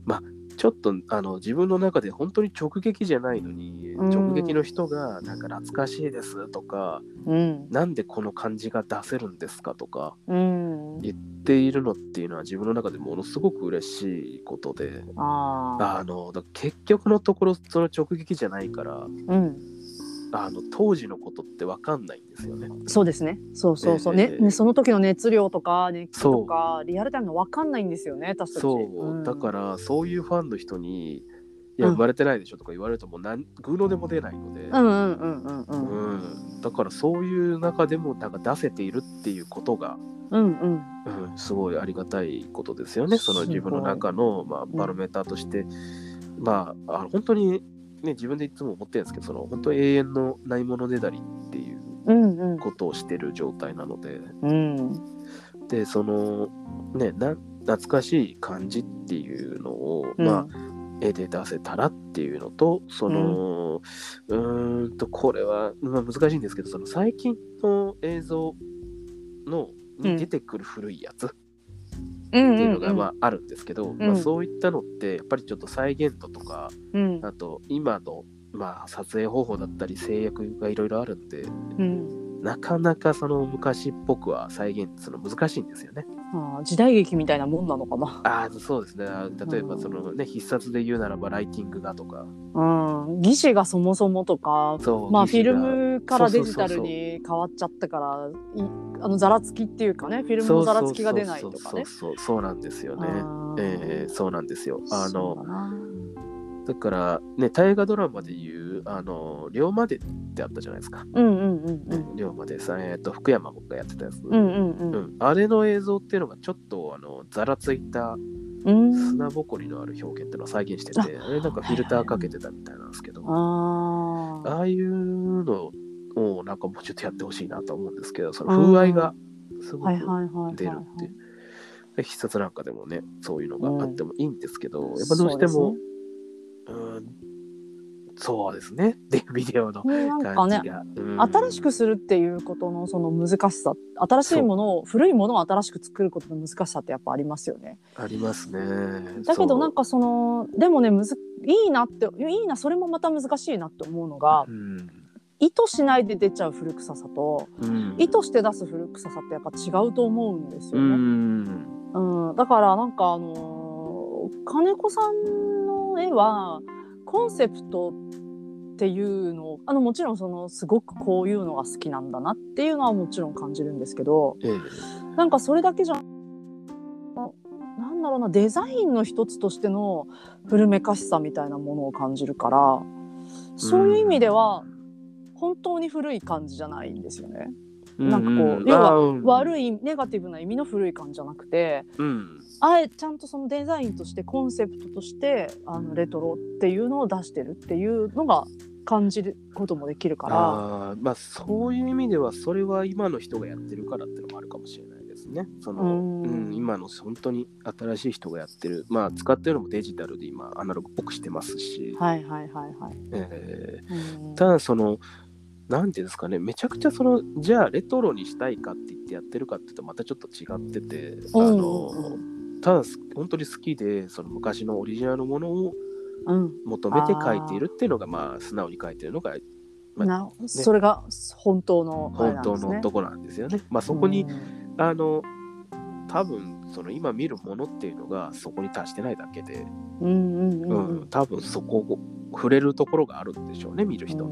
B: まあちょっとあの自分の中で本当に直撃じゃないのに
A: うん
B: 直撃の人がなんか懐かしいですとか、
A: うん
B: なんでこの感じが出せるんですかとか
A: うん
B: 言っているのっていうのは自分の中でものすごく嬉しいことで
A: あ
B: あのだ結局のところその直撃じゃないから
A: あうん
B: あの当時のことって分かんないんですよね。
A: そうですねそうそうそう、
B: ええ
A: ねねその時の熱量とか熱気とかリアルタイムの分かんないんですよね私たち
B: そう、だ
A: ら
B: からそういうファンの人に「いや
A: うん
B: 生まれてないでしょ」とか言われるともうなんぐうのでも出ないので、
A: うんうんうんうんうん
B: うんだからそういう中でもなんか出せているっていうことが、
A: うんうん
B: うん、すごいありがたいことですよねその
A: すごい
B: 自分の中の、まあ、
A: ん
B: バロメーターとして、まああの本当に、ね、自分でいつも思ってるんですけどその本当に永遠のないものねだりっていう
A: うんうん
B: ことをしてる状態なので。
A: うん
B: でそのねな懐かしい感じっていうのを、
A: うん
B: まあ絵で出せたらっていうのとそのうーんとこれは、まあ、難しいんですけどその最近の映像の
A: う
B: に
A: ん
B: 出てくる古いやつっ
A: う
B: て
A: ん
B: いうのがまああるんですけど、まあ、
A: うん
B: そういったのってやっぱりちょっと再現度とか
A: うん
B: あと今の、まあ、撮影方法だったり制約がいろいろあるんで
A: うん
B: なかなかその昔っぽくは再現するの難しいんですよね。
A: ああ時代劇みたいなもんなのかな
B: あーそうですねあー例えば
A: うん
B: そのね、必殺で言うならばライティングがとか
A: うん技師がそもそもとか
B: そう
A: まあフ
B: 技
A: ィ
B: 師が
A: ルムから
B: そ
A: デ
B: うそう
A: ジ
B: そうそう
A: タルに変わっちゃったからいあのざらつきっていうかねフィルムのざらつきが出ないとかね
B: そうそうそうそうそうなんですよね
A: ああ
B: えーそうなんですよあ
A: そうだ
B: の
A: な
B: だからね大河ドラマで言うあの龍馬でってあったじゃないですか、
A: うんうんうんうん
B: 龍馬でさえーと福山がやってたやつ、
A: う
B: うん
A: うんうん
B: あれの映像っていうのがちょっとあのざらついた
A: うん
B: 砂ぼこりのある表現っていうのを再現してて、あれなんかフィルターかけてたみたいなんですけど、
A: ああ
B: ああいうのをなんかもうちょっとやってほしいなと思うんですけどその風合いがすご
A: はい
B: く
A: はいはいはいはい
B: 出るっていう。で必殺なんかでもねそういうのがあってもいいんですけど、
A: うん
B: やっぱどうして
A: そう
B: もう,、んそうですね でビデオの
A: ねなんか
B: 感
A: ね
B: じが、うん
A: 新しくするっていうことのその難しさ新しいものを古いものを新しく作ることの難しさってやっぱありますよね。
B: ありますね
A: だけどなん
B: か
A: かそのでもねむずいいなっていいなそれもまた難しいなって思うのが
B: うん
A: 意図しないで出ちゃう古臭さと
B: うん
A: 意図して出す古臭さってやっぱ違うと思うんです
B: う
A: よね。
B: ん
A: うん、だからなんかあのー金子さんの絵はコンセプトっていうのをあのもちろんそのすごくこういうのが好きなんだなっていうのはもちろん感じるんですけど
B: ええ
A: なんかそれだけじゃなんだろうなデザインの一つとしての古めかしさみたいなものを感じるからそういう意味では本当に古い感じじゃないんですよね。なんかこう要は悪
B: い、
A: いネガティブな意味の古い感じじゃなくて
B: うん、
A: あえちゃんとそのデザインとしてコンセプトとしてあのレトロっていうのを出してるっていうのが感じることもできるから
B: あーまあそういう意味ではそれは今の人がやってるからってのもあるかもしれないですね。その
A: うん
B: うん、今の本当に新しい人がやってるまあ使ってるのもデジタルで今アナログっぽくしてますし、
A: はいはいはいはい。
B: え
A: うん
B: ーただそのなんていうんですかねめちゃくちゃそのじゃあレトロにしたいかって言ってやってるかって言うとまたちょっと違っててあの、
A: うんうん
B: ただす本当に好きでその昔のオリジナルのものを
A: うん
B: 求めて書いているっていうのがまあ素直に書いてるのがまあ
A: なそれが本当のあれ
B: 本
A: なん
B: 当
A: ですね
B: のとこなんですよね。まあそこに
A: うん
B: あの多分その今見るものっていうのがそこに達してないだけで、
A: うんうんう
B: う
A: んんうん
B: 多分そこを触れるところがあるんでしょうね見る人の。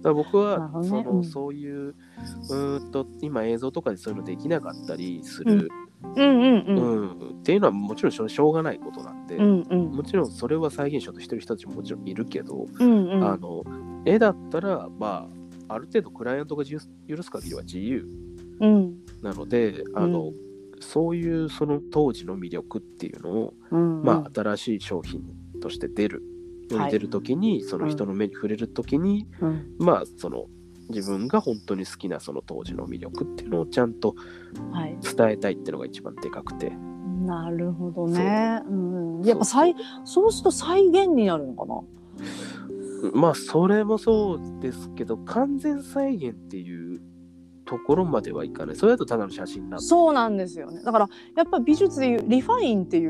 B: だから僕
A: なる
B: は
A: ほど
B: そ
A: ね
B: の、
A: うん
B: そういううーんと今映像とかでそういうのできなかったりする、
A: うんうんう
B: うん
A: ん
B: っていうのはもちろんしょしょうがないことなんで、
A: うんうん
B: もちろんそれは再現しようとしてる人たちももちろんいるけど、
A: うんうん
B: あの絵だったらまあある程度クライアントが自由許す限りは自由
A: うん
B: なのであの、そういうその当時の魅力っていうのを、
A: うんうん
B: まあ、新しい商品として出る世
A: は
B: に
A: い
B: 出る時に、その人の目に触れる時に、
A: うん
B: まあその自分が本当に好きなその当時の魅力っていうのをちゃんと
A: はい、
B: 伝えたいっていうのが一番でかくて
A: なるほどね。うん、やっぱ再そうすると再現になるのかな。
B: まあそれもそうですけど完全再現っていうところまではいかないそれだとただの写真になって
A: そうなんですよね。だからやっぱ美術でいうリファインってい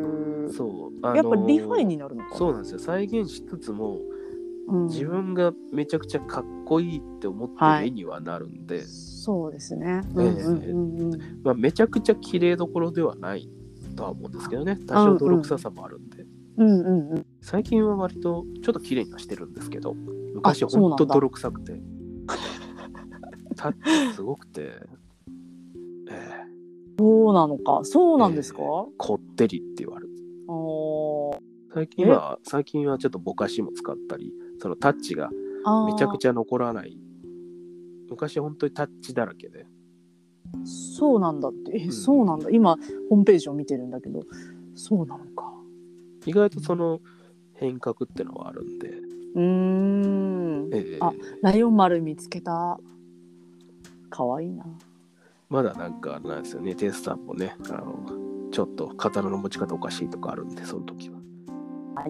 A: う、
B: そう、あのー
A: やっぱリファインになるのかな。
B: そうなんですよ再現しつつも
A: うん
B: 自分がめちゃくちゃかっこいいって思って
A: は
B: る
A: い
B: 絵にはなるんで、
A: そうですね。うんうんうんうん。
B: まあ、めちゃくちゃ綺麗どころではないとは思うんですけどね多少泥臭さもあるんで、
A: うんうんうん。
B: 最近は割とちょっと綺麗にはしてるんですけど昔
A: そうなん
B: ほん
A: だ
B: と泥臭くてタッチすごくて、ええ
A: そうなのか。そうなんですか。
B: えこってりって言われる
A: あー
B: 最近は最近はちょっとぼかしも使ったりそのタッチが
A: あー。
B: めちゃくちゃ残らない昔本当にタッチだらけで
A: そうなんだって。え、
B: うん
A: そうなんだ。今ホームページを見てるんだけど、そうなのか。
B: 意外とその変革ってのはあるんで、
A: うーん。
B: ええ
A: あライオン丸見つけた。可愛いな。
B: まだなんかあれなんですよねテスさんもねあのちょっと刀の持ち方おかしいとかあるんでその時は。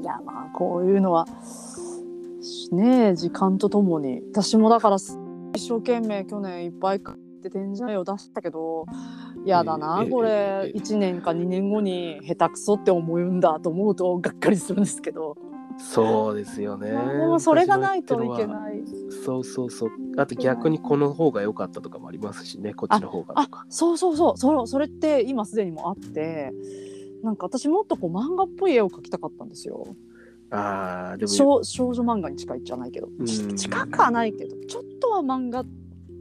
A: いやまあこういうのはねえ時間とともに私もだから一生懸命去年いっぱい買って展示会を出したけどやだな、
B: ええ
A: これ、
B: ええ
A: 1年か2年後に下手くそって思うんだと思うとがっかりするんですけど、
B: そうですよ ね。
A: まあでもそれがないといけ
B: い。
A: ない
B: そうそうそう。あと逆にこの方が良かったとかもありますしね、こっちの方が
A: あ
B: とか。
A: そうそうそうそれそれって今すでにもあってなんか私もっとこう漫画っぽい絵を描きたかったんですよ
B: ああー、でも、
A: 少少女漫画に近いじゃないけど
B: うん
A: ち近くはないけどちょっとは漫画っ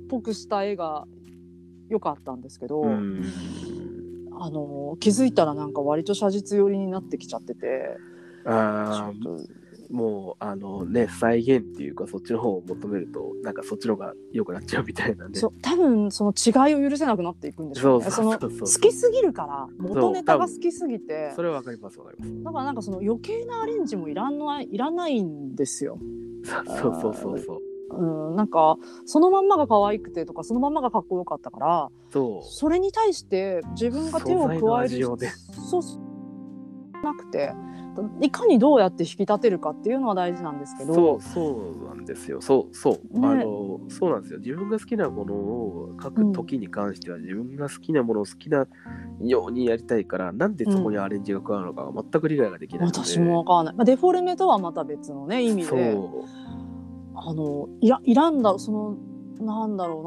A: ぽくした絵が良かったんですけど、
B: うん。
A: あの気づいたらなんか割と写実寄りになってきちゃってて
B: ああ
A: ち、ょっと
B: もう、あのね、再現っていうか、そっちの方を求めると、なんかそっちの方が良くなっちゃうみたいなんで。
A: そう多分その違いを許せなくなっていくんでしょうね。
B: そ
A: そう
B: そう
A: の
B: そうそう
A: 好きすぎるから元ネタが好きすぎて
B: それはわかります、わかり
A: だからなんかその余計なアレンジもいらないいらないんですよ。
B: ます。そうそうそうそうそう。
A: うん、なんかそのまんまが可愛くてとかそのまんまがかっこよかったから
B: そう。
A: それに対して自分が手を
B: 素材の
A: 加え
B: 味
A: る
B: をね
A: そうそうなくていかにどうやって引き立てるかっていうのは大事なんですけど
B: そうそうなんですよそうそう、
A: ね
B: あのそうなんですよ自分が好きなものを書く時に関しては、自分が好きなものを好きなようにやりたいからなんでそこにアレンジが加わるのかが全く理解ができないので、
A: 私もわからない、まあ、デフォルメとはまた別のね意味
B: そ
A: で
B: う
A: あのいらいらんだろそのなんだろう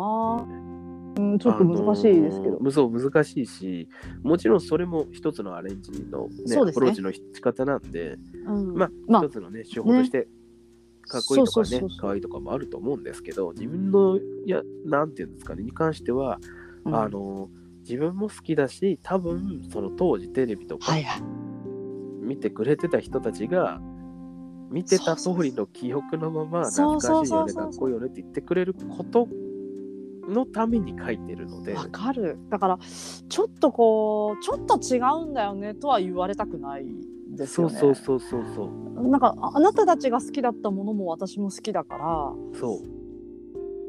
A: な、うん、ちょっと難しいですけど、
B: あのそう難しいしもちろんそれも一つのアレンジの、ね
A: そう
B: ア
A: ですね
B: プローチの仕方なんで、
A: うん
B: まあ、
A: まあ
B: 一つのね手法としてかっこいいとか
A: そうそう
B: ね
A: そうそう
B: 可愛いとかもあると思うんですけど自分のいやなんていうんですかねに関しては
A: うん
B: あの自分も好きだし多分その当時テレビとか
A: はいはい
B: 見てくれてた人たちが見てた通りの記憶のまま
A: そ
B: 懐
A: うそ
B: か
A: う
B: しい
A: そ
B: よ
A: うそ
B: ね
A: う
B: かっこいいよねって言ってくれることのために書いてるので
A: わかるだからちょっとこうちょっと違うんだよねとは言われたくないです
B: そ
A: よ
B: う
A: ね
B: そうそうそうそう
A: なんかああなたたちが好きだったものも私も好きだから
B: そう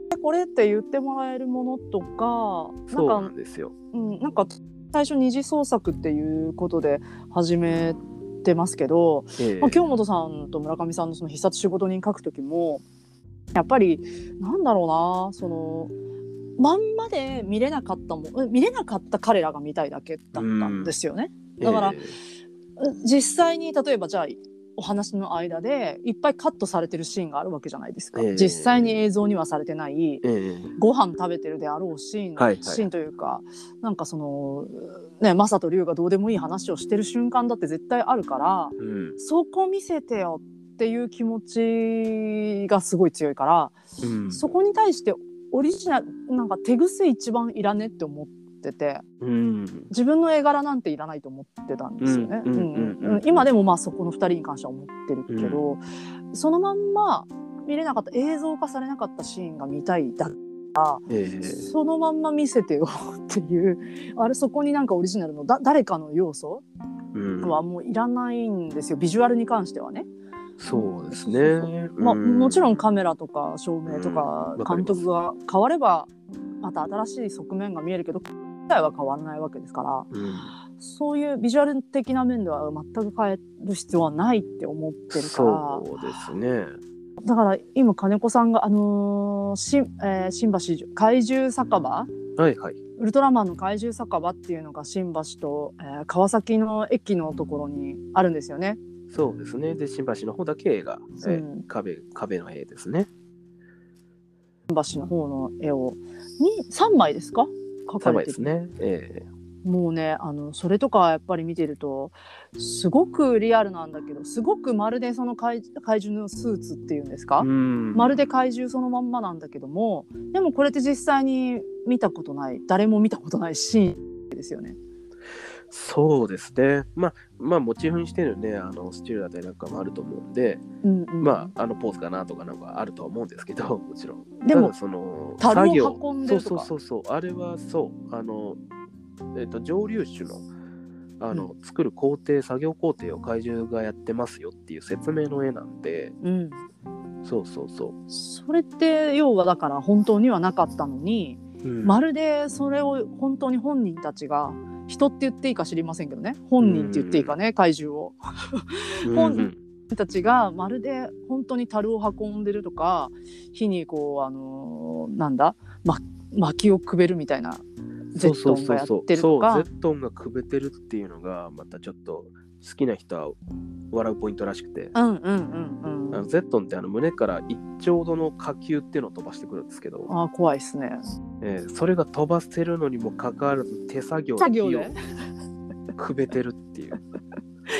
A: でこれって言ってもらえるものとか
B: そう
A: なん
B: な
A: か
B: んですよ
A: う、ん、なんか最初二次創作っていうことで始めてますけど、
B: ええ
A: まあ、京本さんと村上さんのその必殺仕事人書く時もやっぱりなんだろうなそのまんまで見れなかったもんうん見れなかった彼らが見たいだけだったんですよね。だから
B: ええ
A: 実際に例えばじゃあお話の間でいっぱいカットされてるシーンがあるわけじゃないですか、
B: ええ
A: 実際に映像にはされてない
B: ええ
A: ご飯食べてるであろうシーン、
B: はいはい
A: シーンというかなんかそのねマサと龍がどうでもいい話をしてる瞬間だって絶対あるから
B: うん
A: そこ見せてよっていう気持ちがすごい強いから、
B: うん
A: そこに対してオリジナルなんか手癖一番いらねって思ってて。
B: うん
A: 自分の絵柄なんていらないと思ってたんですよね。
B: う
A: うんん
B: うん
A: う
B: うん
A: ん今でもまあそこの2人に関しては思ってるけど、そのまんま見れなかった映像化されなかったシーンが見たいだ
B: えー
A: そのまんま見せてよっていう あれそこになんかオリジナルのだ誰かの要素
B: うん、
A: はもういらないんですよビジュアルに関してはね。
B: そうですね。
A: まあ、
B: うん
A: もちろんカメラとか照明とか
B: うんわかり
A: 監
B: ます
A: 督が変わればまた新しい側面が見えるけど自体は変わらないわけですから
B: うん
A: そういうビジュアル的な面では全く変える必要はないって思ってるから
B: そうですね。
A: だから今金子さんが、あのーしえー新橋怪獣酒場
B: はいはい。
A: ウルトラマンの怪獣酒場っていうのが新橋と、えー川崎の駅のところにあるんですよね。
B: そうですね。で、新橋の方だけ絵が、えー
A: うん
B: 壁、壁の絵ですね。
A: 新橋の方の絵をに3枚ですか描か
B: 3
A: れ
B: 枚
A: て
B: で
A: る
B: すね。え
A: もうねあのそれとかやっぱり見てるとすごくリアルなんだけどすごくまるでその怪怪獣のスーツっていうんですか、
B: ーうん
A: まるで怪獣そのまんまなんだけどもでもこれって実際に見たことない誰も見たことないシーンですよね。
B: そうですね。まあ、まあ、モチーフにしてるね、あの、スチールだったりなんかもあると思うんで、
A: うんうん
B: まあ、あの、ポーズかなとかなんかあるとは思うんですけど、 もちろん。
A: で
B: た
A: も
B: だその、
A: 樽
B: 作
A: を
B: 業。
A: 運んで
B: そう
A: ると
B: そう
A: か
B: そうそう。あれはそう。あの、えっ、と、蒸留酒の、あの、作る工程、作業工程を怪獣がやってますよっていう説明の絵なんで、
A: うん、
B: そうそうそ
A: それって要はだから本当にはなかったのに、
B: う。うん
A: まるでそれを本当に本人たちが人って言っていいか知りませんけどね本人って言っていいかね、怪獣を。本
B: うん
A: たちがまるで本当に樽を運んでるとか火にこうあのーなんだ、ま、薪をくべるみたいなゼットンがやってるとか
B: そうゼットンがくべてるっていうのがまたちょっと好きな人は笑うポイントらしくて、
A: うんうんうんう
B: あの
A: ん
B: ゼットンってあの胸から一丁度の火球っていうのを飛ばしてくるんですけど、
A: あー怖いですね
B: えーそれが飛ばせるのにもかかわらず手作業で
A: 作
B: 火
A: 業
B: を
A: で
B: くべてるっていう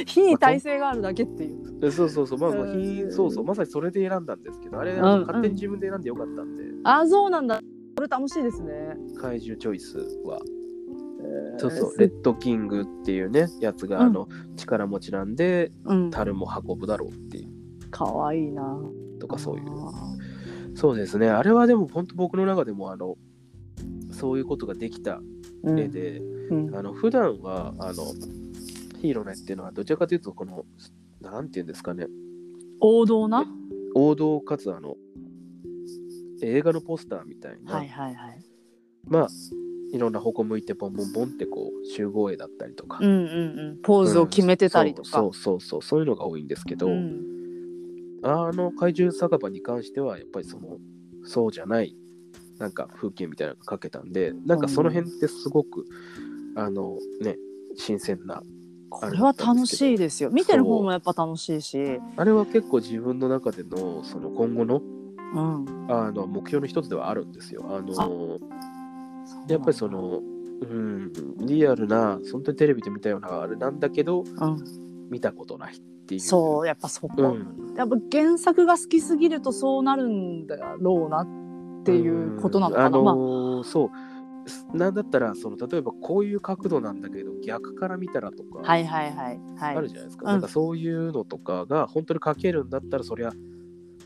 A: 火に耐性があるだけっていう
B: でそ うそうそうまあまあ
A: う
B: 火
A: ん
B: そうそうまさにそれで選んだんですけどあれ、あ
A: うん
B: の
A: うん
B: 勝手に自分で選んでよかったんで
A: あーそうなんだこれ楽しいですね、
B: 怪獣チョイスは
A: えー
B: そうそう
A: す
B: レッドキングっていうねやつがあの、力持ちなんで
A: うん、
B: 樽も運ぶだろうっていう
A: かわいいな
B: とかそういう
A: あ
B: そうですねあれはでも本当僕の中でもあのそういうことができた
A: ーうん
B: 絵で、
A: うん
B: あの普段はあのヒーローの絵っていうのはどちらかというとこのなんていうんですかね
A: 王道な
B: 王道かつあの映画のポスターみたいな、
A: はいはいはい
B: まあいろんな方向向いてボンボンボンってこう集合絵だったりとか、
A: うんうんうんポーズを決めてたりとか、
B: うんそうそうそうそうそういうのが多いんですけど、
A: うん
B: あの怪獣酒場に関してはやっぱりそのそうじゃないなんか風景みたいなのが描けたんでなんかその辺ってすごく、あのね新鮮な
A: これは楽しいですよ見てる方もやっぱ楽しいし
B: あれは結構自分の中でのその今後の
A: うん
B: あの目標の一つではあるんですよ。あのや
A: や
B: っぱりそ、のうんリアルな本当にテレビで見たようなあれなんだけど
A: うん、
B: 見たことないっていう。
A: そうやっぱそこ、
B: うん
A: やっぱ原作が好きすぎるとそうなるんだろうなっていうことなのかな、
B: うんあ
A: まあ
B: のーそうすなんだったらその例えばこういう角度なんだけど逆から見たらとか
A: はいはいはいはい
B: あるじゃないですか、
A: うん
B: なんかそういうのとかが本当に描けるんだったらそりゃ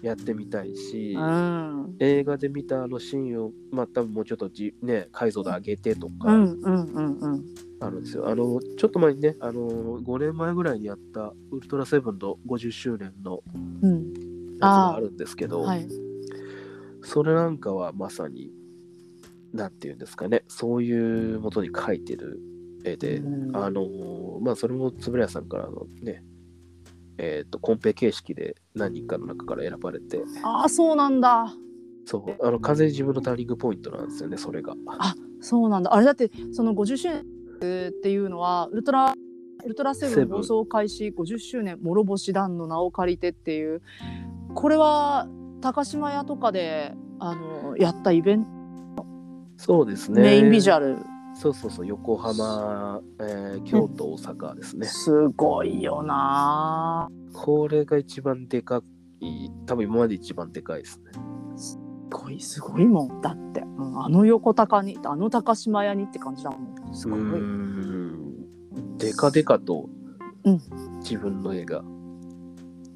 B: やってみたいし、
A: うん
B: 映画で見たあのシーンをまあ多分もうちょっとじ、ね、解像度上げてと
A: う
B: か
A: んうんうんうん
B: あるんですよ、あのちょっと前にねあの5年前ぐらいにやった「ウルトラセブン」の50周年の
A: うん
B: やつがあるんですけど、
A: はい
B: それなんかはまさになんていうんですかねそういうもとに描いてる絵で、
A: うん
B: あのーまあそれも円谷さんからのねえっ、とコンペ形式で何人かの中から選ばれて
A: ああそうなんだ
B: そうあの完全に自分のターニングポイントなんですよねそれが
A: そうなんだあれだってその50周年っていうのはウルトラウルトラセブ
B: セ
A: ン
B: ブン
A: 放送開始50周年諸星団の名を借りてっていうこれは高島屋とかであのやったイベント、
B: そうですね
A: メインビジュ
B: ア
A: アル
B: ルそうそうそう横浜、えー京都大阪ですね
A: すごいよな
B: これが一番でかい多分今まで一番でかいですね
A: すごいすごいもんだって、うんあの横高にあの高島屋にって感じだもんす
B: う
A: ごい、
B: ーんでかでかと
A: うん
B: 自分の絵がっ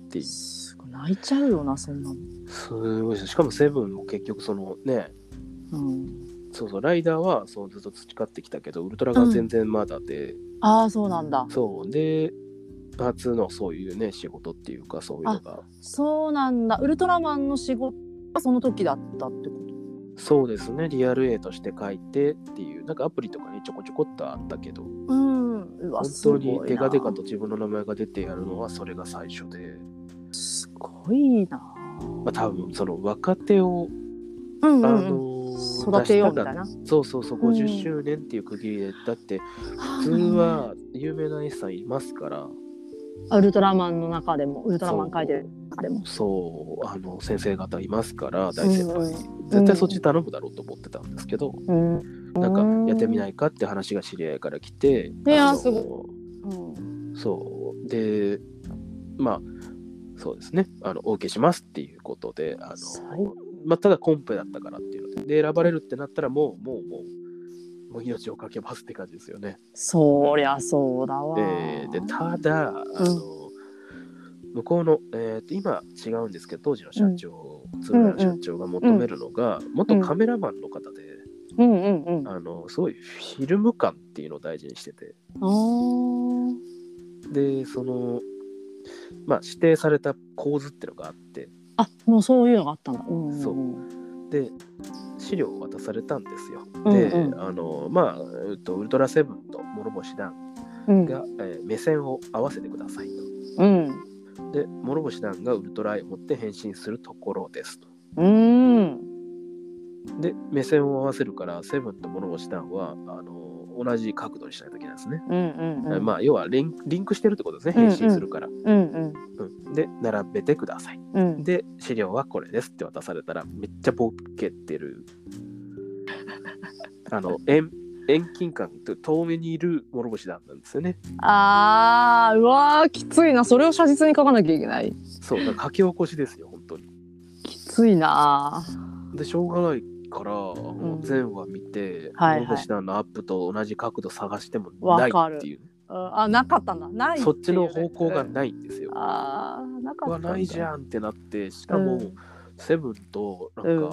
B: ていう
A: すごい泣いちゃうよなそんなの
B: すごいですしかもセブンも結局そのね
A: うん、
B: そうそうライダーはそうずっと培ってきたけどウルトラが全然まだで、
A: ああそうなんだ
B: そうで初のそういうね仕事っていうかそういうのが
A: そうなんだウルトラマンの仕事はその時だったってこ
B: そうですねリアル A として書いてっていうなんかアプリとかにちょこちょこっとあったけど
A: とうんうわ
B: 本
A: すご
B: 当
A: いな
B: にデカデカと自分の名前が出てやるのはそれが最初で、
A: すごいな
B: まあ、多分その若手を、
A: うんう
B: あ
A: んうん
B: の
A: 育てようみたい
B: 出
A: な
B: したらそうそうそう
A: うん
B: 50周年っていう区切りでだって普通は有名な絵師さんいますから
A: あウルトラマンの中でもウルトラマン書いてる中でも
B: そうあの先生方いますから大先輩、
A: うんうん
B: 絶対そっち頼むだろうと思ってたんですけど、
A: うん、
B: なんかやってみないいかって話が知り合いから来て
A: いやー
B: あの
A: すごうん
B: そうでまあそうですねあのお受けしますっていうことであ
A: 最
B: の、まあ、ただコンペだったからっていうのでで選ばれるってなったらもうもうもうもう命をかけますって感じですよね。
A: そりゃそうだわ、
B: えーでただあの、向こうの、えーと今違うんですけど当時の社長、鶴原社長が求めるのが、元カメラマンの方で、
A: うんうんうんあ
B: あのすごいフィルム感っていうのを大事にしてて
A: ー
B: でその、まあ、指定された構図っていうのがあって
A: あもうそういうのがあったんだ、うんん、
B: そう
A: うん
B: で資料を渡されたんですよ。
A: うん
B: で、あのまあ、えっとウルトラセブンと諸星団
A: うん
B: が、えー目線を合わせてくださいと。
A: うん
B: で諸星団がウルトラアイを持って変身するところですと。
A: うん
B: で目線を合わせるからセブンと諸星団はあの同じ角度にしないといけないですね。
A: うんうんうん
B: まあ要はリンリンクしてるってことですね
A: うん
B: 変
A: うん
B: 身するから。
A: うんうん
B: うんで並べてください。
A: うん
B: で資料はこれですって渡されたらめっちゃボケてる。 あの遠遠近感と遠目にいる諸星団なんですよね。
A: あーうわーきついなそれを写実に書かなきゃいけない
B: そうだから書き起こしですよ本当に。
A: きついな
B: でしょうがないから、もう全話見て
A: はいはい
B: 諸星団のアップと同じ角度探してもな
A: わ
B: い
A: かる
B: っていうね、
A: あなかったんだないていう
B: そっちの方向がないんですよ。
A: あーなかっ
B: う
A: た
B: わ
A: んだ
B: ないじゃんってなってしかも、
A: うん
B: セブンとな
A: うん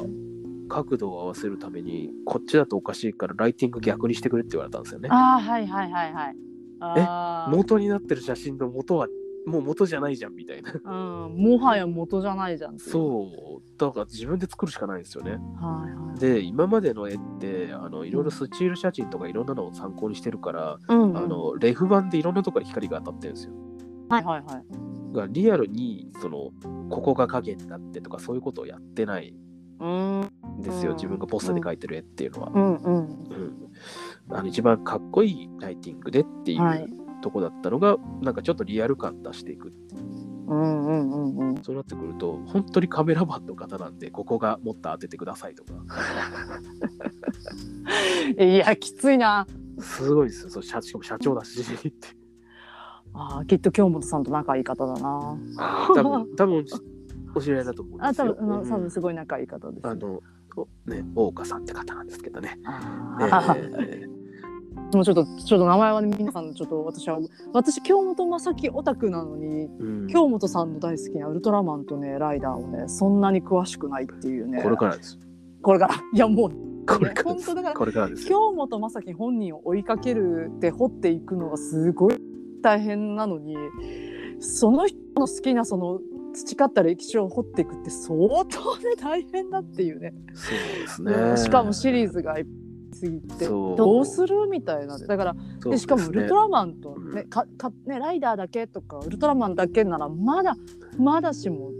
B: か
A: ん、
B: 角度を合わせるためにこっちだとおかしいからライティング逆にしてくれって言われたんですよね。
A: あーはいはいはいはいあー
B: 元になってる写真の元はもう元じゃないじゃんみたいな。
A: うん、もはや元じゃないじゃんってい
B: そうだから自分で作るしかないんですよね。
A: うはいはい
B: で今までの絵ってあのいろいろスチール写真とかいろんなのを参考にしてるから、
A: うんうん
B: あのレフ板でいろんなところに光が当たってるんですよ。
A: はいはいはい
B: がリアルにそのここが影になってとかそういうことをやってない
A: うん
B: んですよ、
A: うん
B: 自分がポスターで描いてる絵っていうのは。
A: うんうん
B: うんあの一番かっこいいライティングでってい
A: はいう
B: とこだったのが、なんかちょっとリアル感出していく
A: うんうんうんうん
B: そうなってくると本当にカメラマンの方なんでここがもっと当ててくださいとか
A: いやきついな
B: すごいですよそう社しかも社長だ しって
A: あーきっと京本さんと仲いい方だな
B: 多分多分お知り合いだと思うん
A: あ
B: です
A: 多
B: よ
A: 分あの
B: うん
A: 多分すごい仲いい方です、
B: あのおね大岡さんって方なんですけど ね、
A: あ
B: え
A: ー
B: ー
A: もうちょっとちょっと名前はね皆さんちょっと私は私京本正樹オタクなのに
B: うん
A: 京本さんの大好きなウルトラマンとねライダーをねそんなに詳しくないっていうね
B: これからです
A: これからいやもう
B: これから
A: 本
B: です
A: 当だから
B: これからですよ
A: 京本正樹本人を追いかけるって掘っていくのがすごい大変なのにその人の好きなその培った歴史を掘っていくって相当ね大変だっていうね
B: そうですね
A: しかもシリーズがいっぱいすぎて
B: そう
A: どうするみたいなだから
B: そ
A: で
B: うです
A: しかもウルトラマンと、
B: うん
A: ねかかね、ライダーだけとかウルトラマンだけならまだまだしも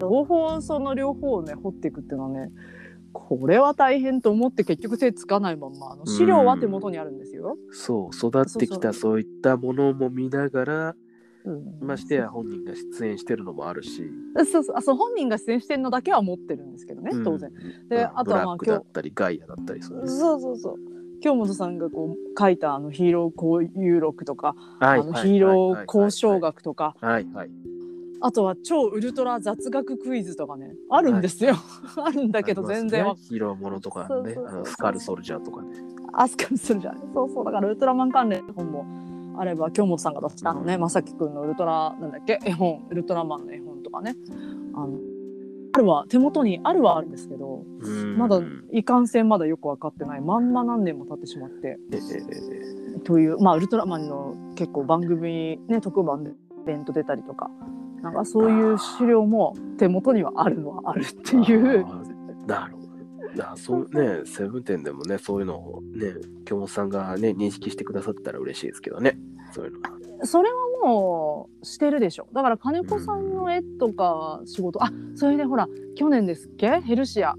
A: 両方その両方をね掘っていくっていうのはねこれは大変と思って結局手つかないまんまあの資料は手元にあるんですよ。
B: そう育ってきたそういったものも見ながら
A: うん
B: ましてや本人が出演してるのもあるし、
A: そうそうあそう本人が出演してるのだけは持ってるんですけどね、当然。
B: うん
A: で
B: うん
A: あとはまあ
B: ブラックだったりガイアだったりするんです
A: そうそうそう京本さんがこう書いたあのヒーロー交友録とか、
B: はい
A: あのヒーロー交渉
B: が
A: 学とか、
B: はいはい
A: あとは超ウルトラ雑学クイズとかねあるんですよ、 あるんだけど全然
B: あり
A: わ
B: ますねヒーローものとか
A: そうそう
B: ね
A: そう
B: あのスカルソルジャーとかね
A: アスカにするじゃんそうそうだからウルトラマン関連の本もあれば京本さんが出したあのねまさきくんのウルトラなんだっけ絵本ウルトラマンの絵本とかねあのあるは手元にあるはあるんですけど
B: うん
A: まだ
B: うん
A: いかんせんまだよく分かってないまんま何年も経ってしまって
B: えええ
A: というまあウルトラマンの結構番組ね特番でイベント出たりとかなんかそういう資料も手元にはあるのはあるって
B: え
A: いう
B: あーなるほどあそうね、セブンテンでもね、そういうのをね、京本さんがね、認識してくださったら嬉しいですけどね、そういうのは。
A: それはもうしてるでしょだから金子さんの絵とか仕事あそれでほら去年ですっけヘルシア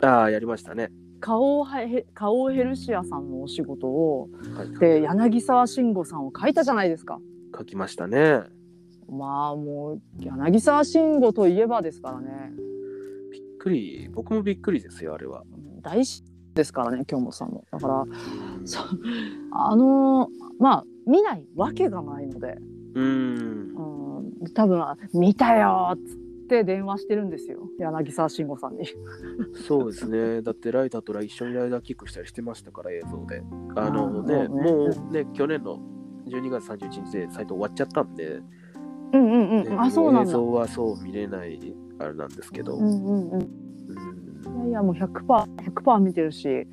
B: ああ、やりましたね。
A: 花王はへ花王ヘルシアさんのお仕事を
B: はい
A: で柳沢慎吾さんを描いたじゃないですか。
B: 書きましたね。
A: まあもう柳沢慎吾といえばですからね
B: びっくり、僕もびっくりですよ、あれは。
A: 大師ですからね京本さんもだからそあのまあ見ないわけがないので、
B: うん。
A: うん、多分見たよっつって電話してるんですよ柳沢慎吾さんに。
B: そうですね。だってライダーとラ一緒にライダーキックしたりしてましたから、映像で。あの
A: あ
B: ね、
A: ー
B: も
A: そうね
B: うね、去年の12月31日でサイト終わっちゃったんで、
A: うんうん
B: ね
A: うん、あそうなん
B: 映
A: だ。
B: 像はそう見れない、あれなんですけど。
A: うんうんうん、い
B: うん
A: やいやもう 100%100% 100%見てるし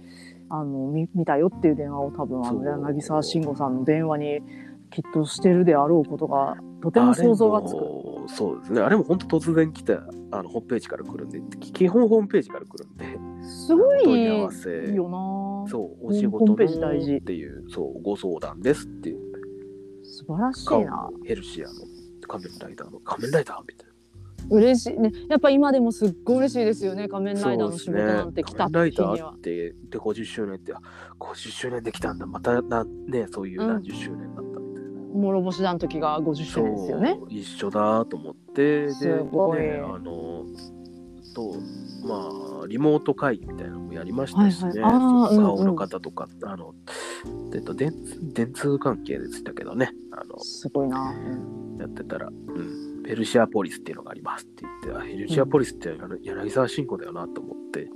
A: あの見見たよっていう電話を多分あ
B: そう
A: の柳沢慎吾さんの電話にきっとしてるであろうことがとても想像がつ
B: あれ
A: く。
B: もそうですね。あれも本当突然来たあのホームページから来るんで、基本ホームページから来るんで、
A: すご
B: 問い合
A: い
B: わせ、
A: よな
B: そう、お
A: ホーム
B: 仕事の
A: ホームページ大事
B: っていう、そう、ご相談ですっていう、
A: 素晴らし
B: 顔
A: いな
B: ヘルシアの仮面ライダーの仮面ライダーみたいな。
A: 嬉しいねやっぱ今でもすっごい嬉しいですよね仮面ライダーの仕事なんて来た
B: 仮面ライ
A: 日
B: ダ
A: に
B: ー
A: は
B: っ。てで50周年ってあ50周年できたんだまたなねそういう何十周年だったみたいな、
A: 諸星団の時が50周年ですよね。
B: そう一緒だと思ってです
A: ごい
B: ねあのとまあリモート会議みたいなのもやりましたしね、
A: はいはいあー
B: そう
A: うんうん
B: サオの方とか、あのえっと電電通関係でしたけどねあの
A: すごいな。
B: やってたら、うん、ペルシアポリスっていうのがありますって言って、あ、ペルシアポリスってあの柳沢慎吾だよなと思って、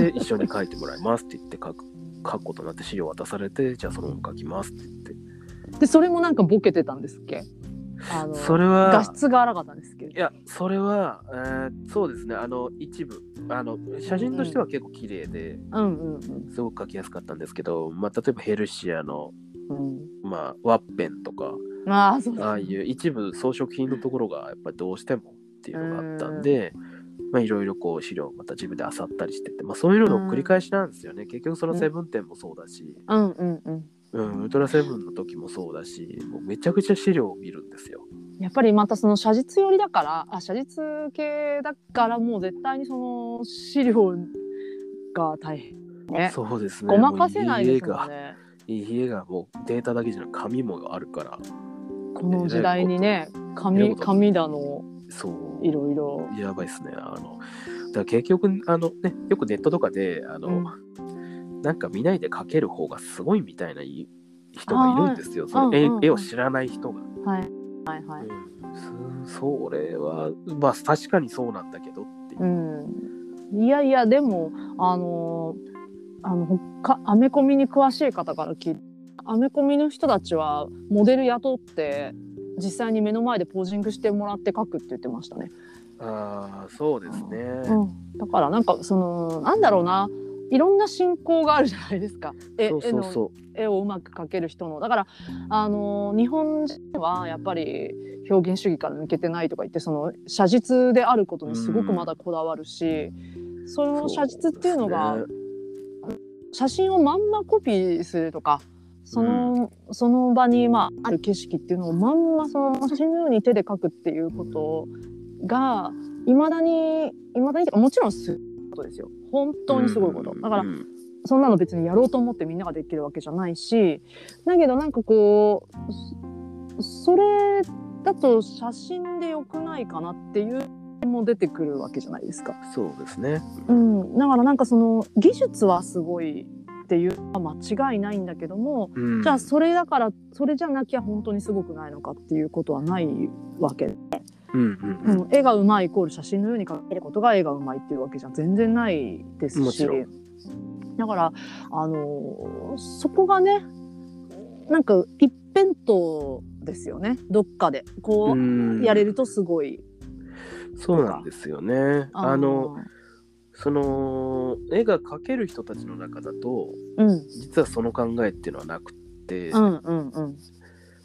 B: で、一緒に書いてもらいますって言って書く、書くことになって資料渡されて、じゃあその本書きますって言って。
A: でそれもなんかボケてたんですっけあの
B: それは、
A: 画質が荒かったんですっけど
B: いや、それは、えーそうですね、あの、一部、あの、写真としては結構綺麗で、
A: うんうん
B: すごく書きやすかったんですけど、まあ、例えばヘルシアの、
A: うん。
B: まあ、ワッペンとか、
A: うん、ああそう
B: ああ
A: だ。
B: いう一部装飾品のところがやっぱりどうしてもっていうのがあったんで、まあ、いろいろこう資料をまた自分で漁ったりしてて、まあ、そういうのの繰り返しなんですよね、結局そのセブンテンもそうだし、
A: うんうんうん。
B: うんウルトラセブンの時もそうだしもうめちゃくちゃ資料を見るんですよ。
A: やっぱりまたその写実寄りだからあ写実系だからもう絶対にその資料が大変ね
B: そうですね
A: ごまかせないです
B: も
A: も
B: うん
A: ね
B: いい絵がいい絵がもうデータだけじゃなく紙もあるから
A: この時代にね紙紙だの
B: そう
A: いろいろ
B: やばいですねあのだから結局あの、ね、よくネットとかであの、
A: うん
B: なんか見ないで描ける方がすごいみたいない人がいるんですよ、その絵,、
A: うんうんうん
B: 絵を知らない人が。
A: はいはいはい
B: うんすそれはまあ確かにそうなんだけどっていう。
A: うんいやいやでもあのあのほかアメコミに詳しい方から聞いてアメコミの人たちはモデル雇って実際に目の前でポージングしてもらって書くって言ってましたね。
B: ああそうですね。
A: うん、だからなんかそのなんだろうないろんな信仰があるじゃないですか絵
B: そうそう
A: 絵の
B: そう。
A: 絵をうまく描ける人のだからあの日本人はやっぱり表現主義から抜けてないとか言ってその写実であることにすごくまだこだわるし、その写実っていうのが
B: そうですね
A: 写真をまんまコピーするとかその,、その場に、まあ、ある景色っていうのをまんまその写真のように手で描くっていうことがいまだにいまだにてかもちろんすごいことですよ本当にすごいこと、
B: うん
A: だから
B: うん
A: そんなの別にやろうと思ってみんなができるわけじゃないしだけどなんかこうそそれだと写真でよくないかなっていうのも出てくるわけじゃないですか。
B: そうですね。
A: うん、だからなんかその技術はすごいっていうのは間違いないんだけども、
B: うん
A: じゃあそれだからそれじゃなきゃ本当にすごくないのかっていうことはないわけ、
B: うんうん
A: うん絵がうまいイコール写真のように描けることが絵がうまいっていうわけじゃ全然ないですし
B: もちろん
A: だからあのそこがねなんか一辺倒ですよねどっかで
B: う
A: こ
B: ん。
A: うやれるとすごい、
B: そうなんですよね。あの、その絵が描ける人たちの中だと
A: うん、
B: 実はその考えっていうのはなくって、
A: うんうんうん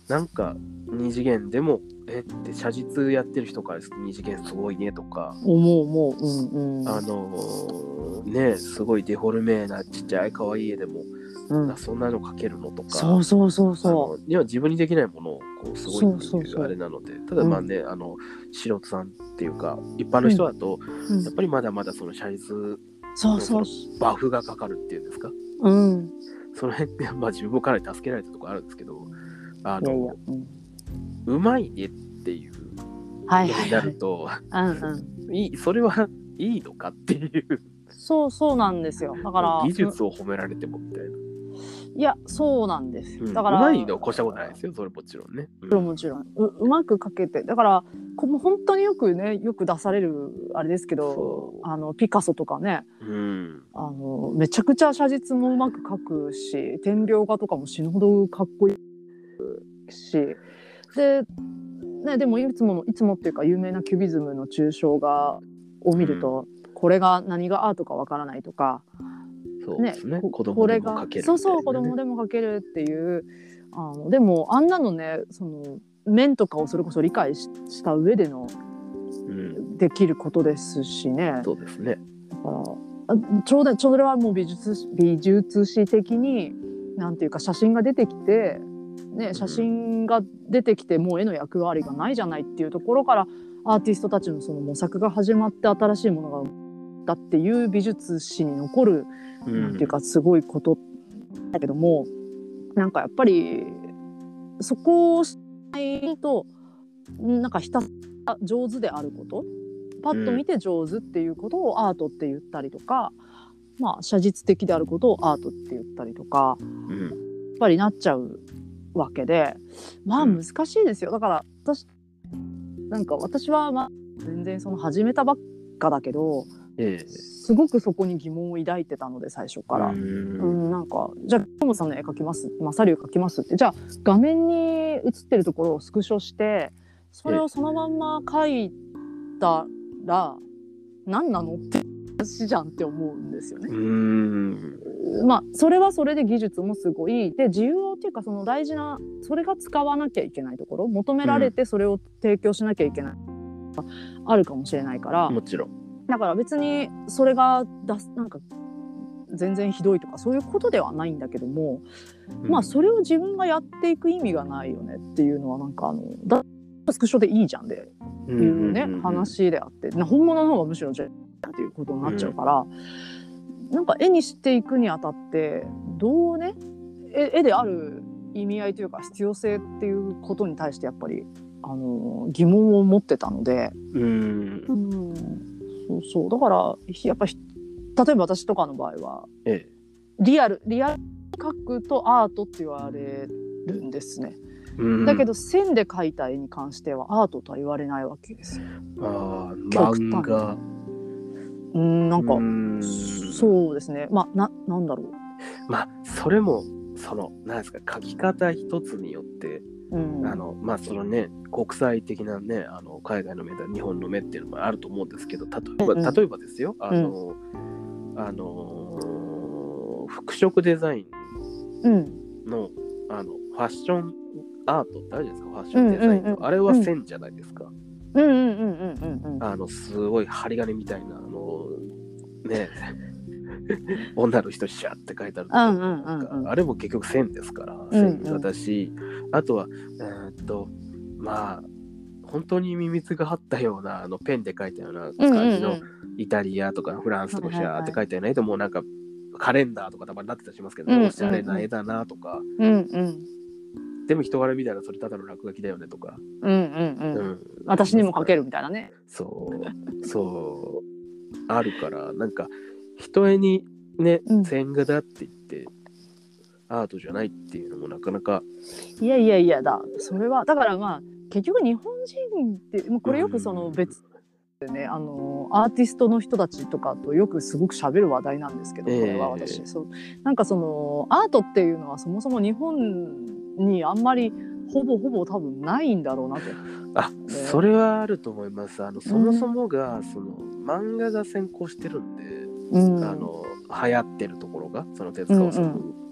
B: なんか二次元でもえって写実やってる人からすると二次元すごいねとか、
A: 思う思ううんうん
B: あのーねすごいデフォルメなちっちゃい可愛い絵でも、
A: うん
B: あそんなの描けるのとか。
A: そうそうそうそ
B: あの要は自分にできないものをこうすごいって
A: そうそう
B: い
A: そう
B: うあれなのでただまあね、あの素人さんっていうか一般の人だと、
A: う、うん
B: やっぱりまだまだその写実
A: そうそう
B: バフがかかるっていうんですか
A: うん
B: その辺って、 まあ、自分もかなり助けられたところあるんですけどあ
A: いや
B: の
A: いや、うん、
B: うまいねっていうの
A: はいは
B: に
A: い
B: な
A: はい
B: ると、
A: うんうん
B: いいそれはいいのかっていう
A: そうそうなんですよだから
B: 技術を褒められてもみたいな、
A: いやそうなんです
B: うん
A: だから
B: うまいの越したことないですよそれもちろんね、うん
A: プロもちろんううまくかけてだからこもう本当によくねよく出されるあれですけど
B: そ
A: あのピカソとかね
B: うん
A: あのめちゃくちゃ写実もうまく描くし点描画とかも死ぬほどかっこいいしで,、ね、でもいつものいつもっていうか有名なキュビズムの抽象画を見ると、これが何がアートかわからないとか、
B: そう
A: ね
B: ですね
A: こ
B: 子
A: こ
B: 供
A: れ
B: で
A: が
B: もかけるみたいなね、
A: そうそう子供でも描けるっていうあのでもあんなのねその面とかをそれこそ理解しした上での
B: うん、
A: できることですしね。
B: そうですね
A: だからあちょうどそれはもう美術史美術史的になんていうか写真が出てきて、ね、写真が出てきてもう絵の役割がないじゃないっていうところからアーティストたちのその模索が始まって新しいものが生まれたっていう美術史に残るなんていうかすごいことだけどもなんかやっぱりそこをしないとなんかひたすら上手であることパッと見て上手っていうことをアートって言ったりとか、まあ写実的であることをアートって言ったりとかや
B: うんうん
A: っぱりなっちゃうわけでまあ
B: うん
A: 難しいですよだから私なんか私はまあ全然その始めたばっかだけど
B: ええ
A: すごくそこに疑問を抱いてたので最初から。
B: う
A: う
B: ん
A: ん、なんかじゃあトムさんの絵描きますマサリュウ描きますってじゃあ画面に映ってるところをスクショしてそれをそのまんま描いたら何なのって話じゃんって思うんですよ
B: う
A: ね。
B: ん
A: まあそれはそれで技術もすごいで自由をっていうかその大事なそれが使わなきゃいけないところ求められてそれを提供しなきゃいけない、あるかもしれないから。
B: もちろん
A: だから別にそれが出すなんか全然ひどいとかそういうことではないんだけども、まあそれを自分がやっていく意味がないよねっていうのはなんかあのだスクショでいいじゃんで
B: う
A: いうんね、話であってな本物の方がむしろじゃあっていうことになっちゃうから、なんか絵にしていくにあたってどうね絵絵である意味合いというか必要性っていうことに対してやっぱりあの疑問を持ってたので。
B: うん
A: うん、そうそうだからひやっぱひ例えば私とかの場合は
B: え
A: リアルリアルに描くとアートって言われるんですね、
B: え
A: だけ
B: ど
A: ど線で描いた絵に関してはアートとは言われないわけですよ
B: ああ
A: 極端
B: 漫画
A: うんなんか、
B: うんう
A: そうですねまあななんだろ
B: まあそれもそのなんですか書き方一つによって
A: う、うん、
B: あのまあそのね国際的なねあの海外の目と日本の目っていうのもあると思うんですけど例え
A: うんうん
B: ば例えばですよあのあのー服飾デザイン
A: うん
B: のあのファッションアートってあるじゃないですかファッションデザイン
A: うんうん
B: の、
A: うん
B: あれは線じゃないですか、
A: うんうんうんうんうんうん
B: あのすごい針金みたいなあの ね女の人シャって書いてあるとか
A: うんうんうんうん
B: あれも結局線ですから
A: んうん
B: 線だし、あとはえーっとまあ本当にミミズが張ったようなあのペンで書いたような
A: うんうん
B: 感
A: う
B: じの
A: ん
B: イタリアとかフランスとかシ
A: はいはいはい
B: ャーって書いたような絵でもうなんかカレンダーとかたまになってたりしますけど、
A: うんうんうん
B: おしゃれな絵だなとか
A: うんうん
B: でも人柄見たらそれただの落書きだよねとか、
A: うんうん
B: う
A: うん
B: ん
A: 私にも描けるみたいなね
B: そうそうあるからなんか人絵にね
A: うん
B: 線画だって言って、アートじゃないっていうのもなかなか
A: いやいやいやだそれはだからまあ結局日本人ってもうこれよくその別でね、あのアーティストの人たちとかとよくすごく喋る話題なんですけどこれは私、
B: え
A: そうなんかそのアートっていうのはそもそも日本にあんまりほぼほぼ多分ないんだろうなと。
B: あ
A: ね
B: それはあると思いますあのそもそもが、その漫画が先行してるんで、
A: うん
B: あの流行ってるところがその手塚治虫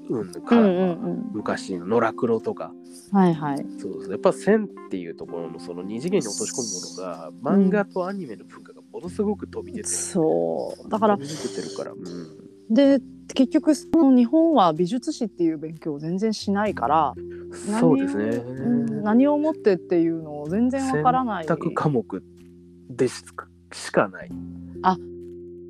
B: うんぬから、
A: うんうん
B: 昔の野良黒とか
A: うん、はいはい。
B: そうですやっぱ線っていうところのその二次元に落とし込むものが漫画とアニメの文化がものすごく飛び出てる、
A: そうだから
B: 飛び出てるから、う
A: で結局その日本は美術史っていう勉強を全然しないから
B: ん、
A: 何
B: そうですね、
A: うん何をもってっていうのを全然わからない
B: 選択科目ですしかない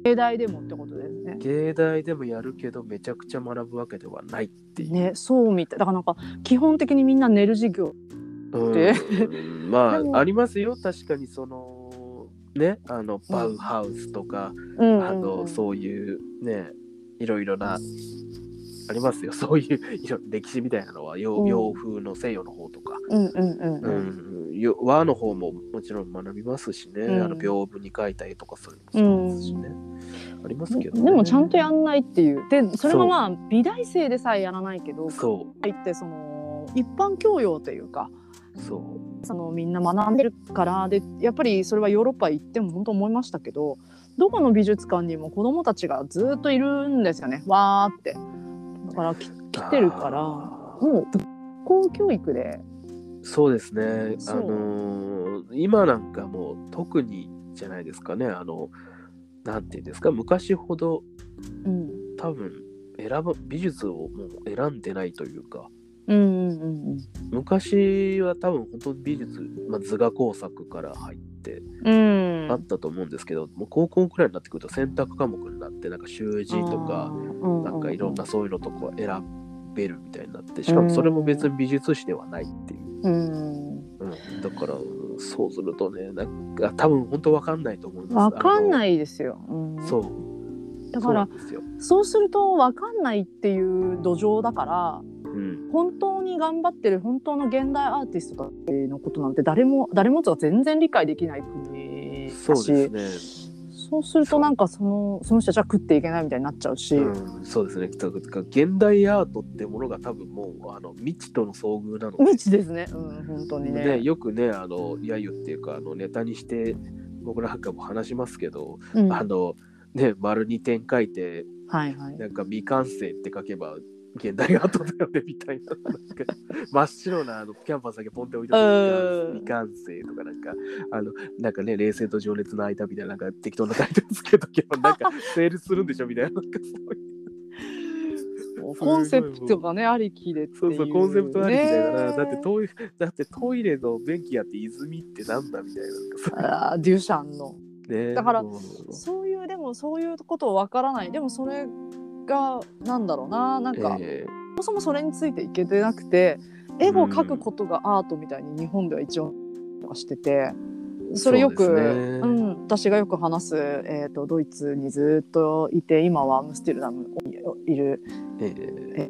A: 芸大でもってことですね。
B: 芸大でもやるけどめちゃくちゃ学ぶわけではないっていう、
A: ねそうみたいだからなんか基本的にみんな寝る授業で
B: うん、ま
A: でも
B: あありますよ確かにそのねあのバウハウスとか、
A: うんうん
B: あ
A: うん
B: のそういうねいろいろなありますよ そういういろ歴史みたいなのは洋,、
A: うん
B: 洋風の西洋の方とか、
A: うんうん
B: う
A: うんうん
B: んよ和の方ももちろん学びますしね、
A: うん
B: あの屏風に書いたりとかそういうのもそうですしね、ありますけど、ね、
A: でもちゃんとやんないっていうでそれもまあ美大生でさえやらないけど
B: そ
A: 言ってその一般教養というか
B: うそう
A: そのみんな学んでるからでやっぱりそれはヨーロッパ行っても本当思いましたけどどこの美術館にも子どもたちがずっといるんですよねわーってだからき来てるから
B: あー
A: もう学校教育で
B: そうですねあ
A: そう
B: のー今なんかもう特にじゃないですかねあのなんていうんですか昔ほど
A: うん
B: 多分選ば美術をもう選んでないというか
A: うんうんうん
B: 昔は多分本当に美術、まあ、図画工作から入って
A: うん
B: あったと思うんですけど、もう高校くらいになってくると選択科目になってなんか習字とか
A: な
B: なんかいろんなそういうのとか選べるみたいになってしかもそれも別に美術史ではないっていう、
A: うん
B: うん、だからそうするとねなんか多分本当わかんないと思いま
A: わ
B: す
A: かん
B: い
A: ないですよ、うん
B: そう
A: だから
B: そうなんですよ、
A: そうするとわかんないっていう土壌だから
B: うん、
A: 本当に頑張ってる本当の現代アーティストたちのことなんて誰も誰もとは全然理解できない国だし
B: そうですね
A: そうするとなんかそのその人たちは食っていけないみたいになっちゃうし、
B: うん、そうですねだから現代アートってものが多分もうあの未知との遭遇なので
A: 未知ですね、うん、本当にね
B: ね、よくねあの揶揄っていうかあのネタにして僕なんかも話しますけど、
A: うん
B: あ
A: はい
B: のね丸に点書いて
A: はい
B: なんか未完成って書けば現代アートだよねみたいななんか真っ白なあのキャンパスだけポンって置いてある
A: うん
B: 未完成とかなんかあのなんかね冷静と情熱の間みたいななんか適当なタイトルつけとけばなんかセールするんでしょみたいななんかそういう
A: コンセプトがねありきでってい
B: そうそうコンセプトありきだよな、
A: ね
B: だってトイだってトイレの便器やって泉ってなんだみたいななんかそう
A: あーデュシャンの
B: ね
A: だから
B: もう
A: そういうでもそういうことをわからないでもそれがなんだろうななんか、
B: え
A: そもそもそれについていけてなくて絵を描くことがアートみたいに日本では一応とかしててそれよく
B: そう
A: う、
B: ですね
A: ん、私がよく話す、えー、とドイツにずっといて今はアムステルダムにいる
B: えええ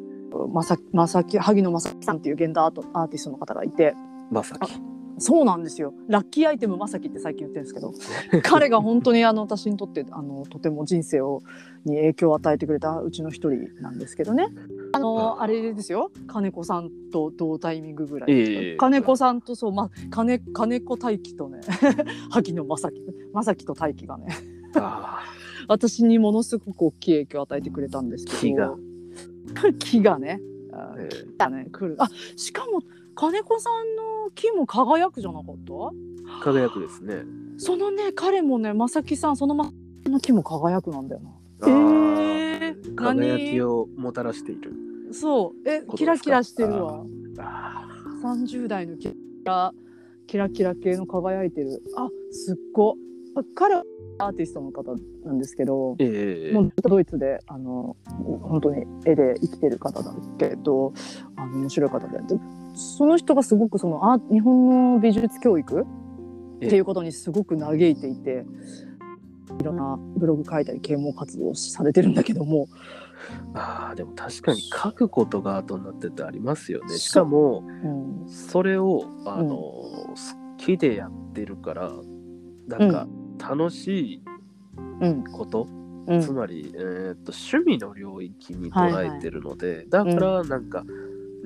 A: まさまさき萩野正樹さんっていう現代アートアーティストの方がいて
B: まさき。
A: そうなんですよラッキーアイテムまさきって最近言ってるんですけど彼が本当にあの私にとってあのとても人生をに影響を与えてくれたうちの一人なんですけどねあの
B: あー
A: あれですよ金子さんと同タイミングぐらい、
B: いえいえいえ
A: 金子さんとそう、ま、金金子大輝とね 萩野正樹正樹と大輝がね
B: あ
A: 私にものすごく大きい影響を与えてくれたんですけど
B: 気が
A: 気がねあ
B: あ、
A: ー
B: え
A: 来
B: え
A: たね来るあしかも金子さんの木も輝くじゃなかった
B: 輝くですね。
A: そのね彼もね正木さんそのまの木も輝くなんだよな。
B: あー
A: えー
B: 輝きをもたらしている。
A: そうえ
B: すか
A: キラキラしてるわ。
B: あ
A: 三十代のキラキラキラ系の輝いてる。あすっご。あ彼はアーティストの方なんですけど
B: ー。ええ
A: もうずっとドイツであの本当に絵で生きてる方だけどあの面白い方ででその人がすごくそのあ日本の美術教育
B: ええ
A: っていうことにすごく嘆いていていろんなブログ書いたり啓蒙活動をされてるんだけども、
B: ああ、でも確かに書くことが後になってってありますよね。しかも、
A: うん
B: それを、あの、好きでやってるから、なんか、楽しい
A: うん
B: こと、
A: うん
B: つまり、えーっと趣味の領域に捉えてるので、だからなんか、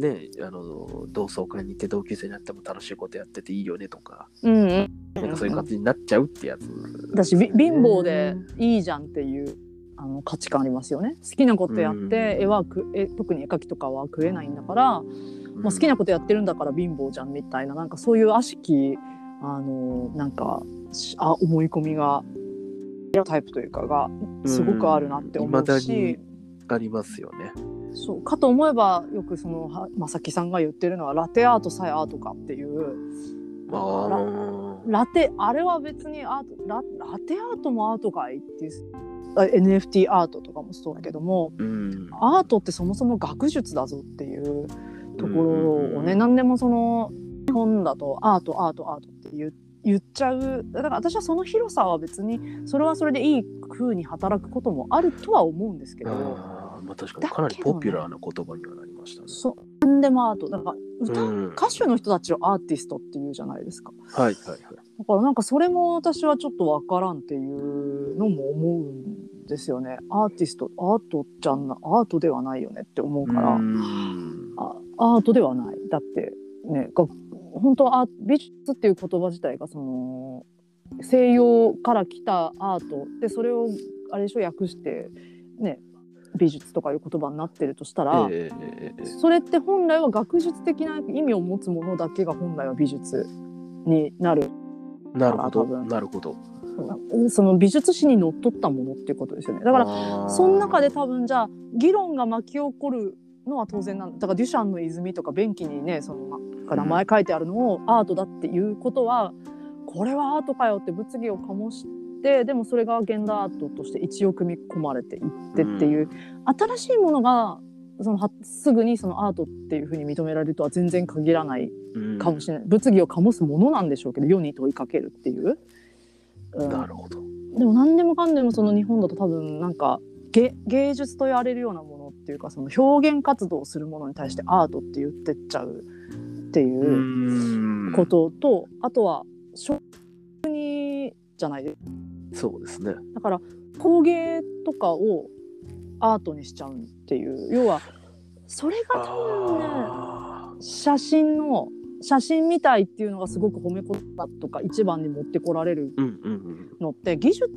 B: ね、あの同窓会に行って同級生になっても楽しいことやってていいよねとか、
A: うんうん
B: なんかそういう感じになっちゃうってやつ、
A: 私び貧乏でいいじゃんっていうあの価値観ありますよね好きなことやっ
B: うん
A: て絵はくえ特に絵描きとかは食えないんだから、
B: うん
A: まあ、好きなことやってるんだから貧乏じゃんみたいななんかそういう悪しきあのなんかしあ思い込みがタイプというかがすごくあるなって思う
B: うん未
A: し
B: だ、ありますよね。
A: そうかと思えばよくそのは正木さんが言ってるのはラテアートさえアートかっていう
B: あ
A: ラ
B: ー
A: ラテあれは別にアートララテアートもアートかいっていうあ NFT アートとかもそうだけども
B: うん
A: アートってそもそも学術だぞっていうところをね、
B: うん
A: 何でもその日本だとアートアートアートって言う言っちゃうだから私はその広さは別にそれはそれでいい風に働くこともあるとは思うんですけど。
B: あーまあ、確かにかなりポピュラーな言葉にはなりましたね。
A: そう何でもアートだから歌、
B: うん
A: 歌手の人たちをアーティストっていうじゃないですか
B: はいはいはい。
A: だからなんかそれも私はちょっとわからんっていうのも思うんですよねアーティストアートじゃなアートではないよねって思うから、
B: うん
A: あアートではないだってねが本当はアー美術っていう言葉自体がその西洋から来たアートでそれをあれでしょ訳してね美術とかいう言葉になってるとしたら、
B: えええええ
A: それって本来は学術的な意味を持つものだけが本来は美術になる
B: えなるほど
A: 多分
B: なるほど。
A: その美術史にのっとったものっていうことですよねだから
B: ら
A: その中で多分じゃあ議論が巻き起こるのは当然なんだからデュシャンの泉とか便器にねそのなんか名前書いてあるのをアートだっていうことは、これはアートかよって物議を醸してでもそれが現代アートとして一応組み込まれていってっていう、新しいものがそのはすぐにそのアートっていうふうに認められるとは全然限らないかもしれない、物議を醸すものなんでしょうけど世に問いかけるっていう、う
B: うん
A: ん
B: なるほど。
A: でも何でもかんでもその日本だと多分なんか芸芸術と言われるようなものっていうかその表現活動をするものに対してアートって言ってっちゃうっていううんことと、あとは食にじゃないです
B: そうですね。
A: だから工芸とかをアートにしちゃうっていう要はそれが多分ね
B: あ
A: 写真の写真みたいっていうのがすごく褒め言葉とか一番に持ってこられる
B: ーうんうん
A: のって技術わ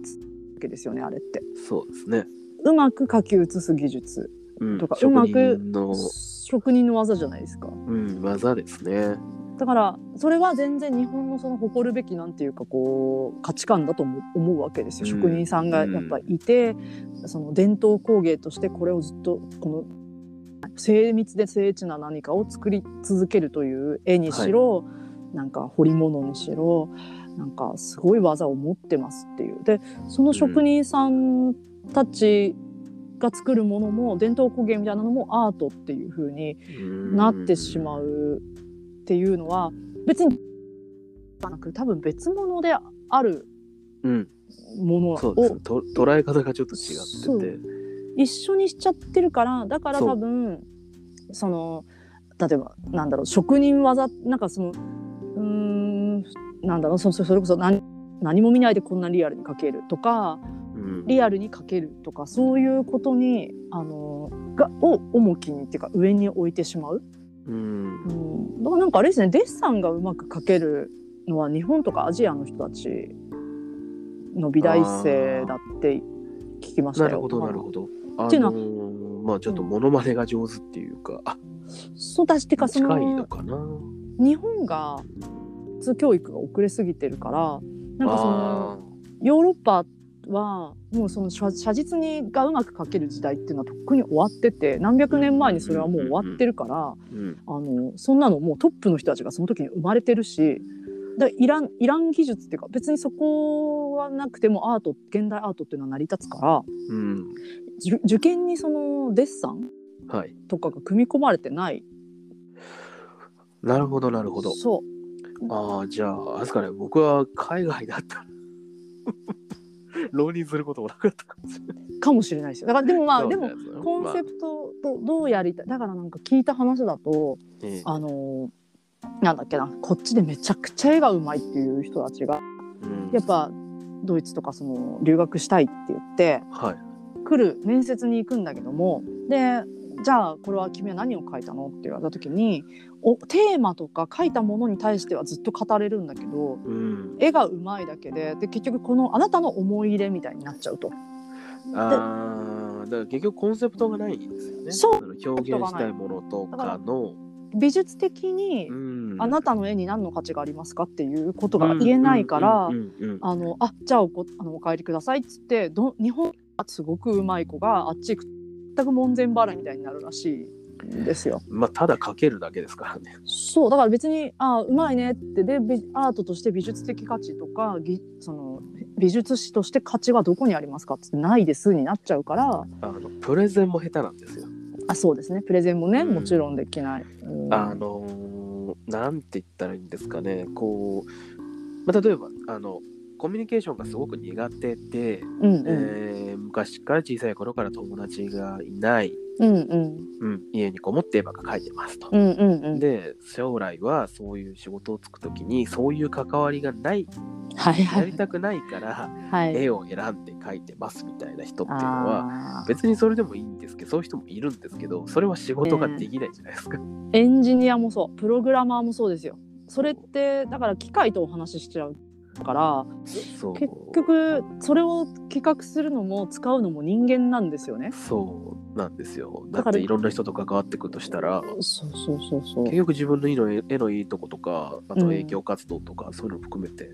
A: けですよねあれって
B: うんそうですね。
A: うまく書き写す技術
B: うん
A: とか
B: 職
A: うまく
B: 人の
A: 職人の技じゃないですか
B: うん技ですね。
A: だからそれは全然日本のその誇るべきなんていうかこう価値観だと思う思うわけですよ、
B: うん
A: 職人さんがやっぱいて、その伝統工芸としてこれをずっとこの精密で精緻な何かを作り続けるという絵にしろ、なんか彫り物にしろなんかすごい技を持ってますっていうでその職人さんたちが作るものも伝統工芸みたいなのもアートっていう風になってしま
B: う
A: うっていうのは別になく多分別物である
B: ん。うん
A: もの
B: そうです
A: を
B: ね。と捉え方がちょっと違ってて。
A: 一緒にしちゃってるからだから
B: そう
A: 多分その例えばなんだろう職人技なんかそのうーんなんだろうそそそれこそ何何も見ないでこんなリアルに描けるとか
B: うん
A: リアルに描けるとかそういうことにあのがを重きにっていうか上に置いてしまう
B: うん
A: うん、だからなんかあれですねデッサンがうまく描けるのは日本とかアジアの人たちの美大生だって聞きました
B: な
A: よ。
B: るほどなるほど。あ
A: っていうの
B: のーまあちょっとモノマネが上手っていうか、あ
A: そうだしてかそ
B: 近いの
A: の
B: かな。
A: 日本が普通教育が遅れすぎてるからなんかその
B: あ
A: ヨーロッパはもうその写写実にがうまく描ける時代っていうのはとっくに終わってて何百年前にそれはもう終わってるから。
B: ーうん
A: あのそんなのもうトップの人たちがその時に生まれてるしだからいらんいらん技術っていうか別にそこはなくてもアート現代アートっていうのは成り立つから
B: うん
A: じゅ受験にそのデッサン
B: はい。
A: とかが組み込まれてない
B: なるほどなるほど。
A: そう
B: ああじゃああれですかね僕は海外だったら浪人することもなかったかもしれない。
A: かもしれないですよだからでもまあ
B: そう
A: で
B: ね
A: も
B: そうね
A: コンセプトとどうやりたいだからなんか聞いた話だと
B: まあええ
A: あのなんだっけなこっちでめちゃくちゃ絵がうまいっていう人たちが
B: うん
A: やっぱドイツとかその留学したいって言って。
B: はい。
A: 来る面接に行くんだけどもでじゃあこれは君は何を書いたのって言われた時におテーマとか書いたものに対してはずっと語れるんだけど
B: うん。
A: 絵がうまいだけでで結局このあなたの思い入れみたいになっちゃうと。
B: ああ、だから結局コンセプトがないんですよね。
A: そう
B: の表現したいものとかの。
A: 美術的に
B: うん
A: あなたの絵に何の価値がありますかっていうことが言えないから
B: うんうんうんうん
A: あのあじゃあおこあのお帰りくださいっつってど日本はすごくうまい子があっち行くと全く門前払いみたいになるらしいんですよ。
B: まあ、ただ書けるだけですからね。
A: そうだから別にあうまいねってで美アートとして美術的価値とかぎその美術史として価値はどこにありますかっつってないですになっちゃうから
B: あのプレゼンも下手なんですよ。
A: あそうですねプレゼンもね
B: うん
A: もちろんできない。うん
B: あのーなんて言ったらいいんですかね、こう、まあ、例えばあの、コミュニケーションがすごく苦手で、
A: うんうん
B: えー昔から小さい頃から友達がいない、
A: うんうん
B: うん、家にこもって絵ばっか描いてますと。
A: うんうんうん
B: で将来はそういう仕事をつく時にそういう関わりがない
A: はいは
B: やり
A: い
B: たくないから
A: はい。
B: 絵を選んで描いてますみたいな人っていうのは
A: あー
B: 別にそれでもいいんですけどそういう人もいるんですけどそれは仕事ができないじゃないですか。
A: エンジニアもそうプログラマーもそうですよ。それってだから機械とお話ししちゃうから
B: そう
A: 結局それを企画するのも使うのも人間なんですよね。
B: そうなんですよ。だ
A: だ
B: っ
A: から
B: ていろんな人と関わってくるとしたら
A: そうそうそうそう。
B: 結局自分のいいの絵のいいとことかあと
A: うん
B: 営業活動とか、そういうのも含めて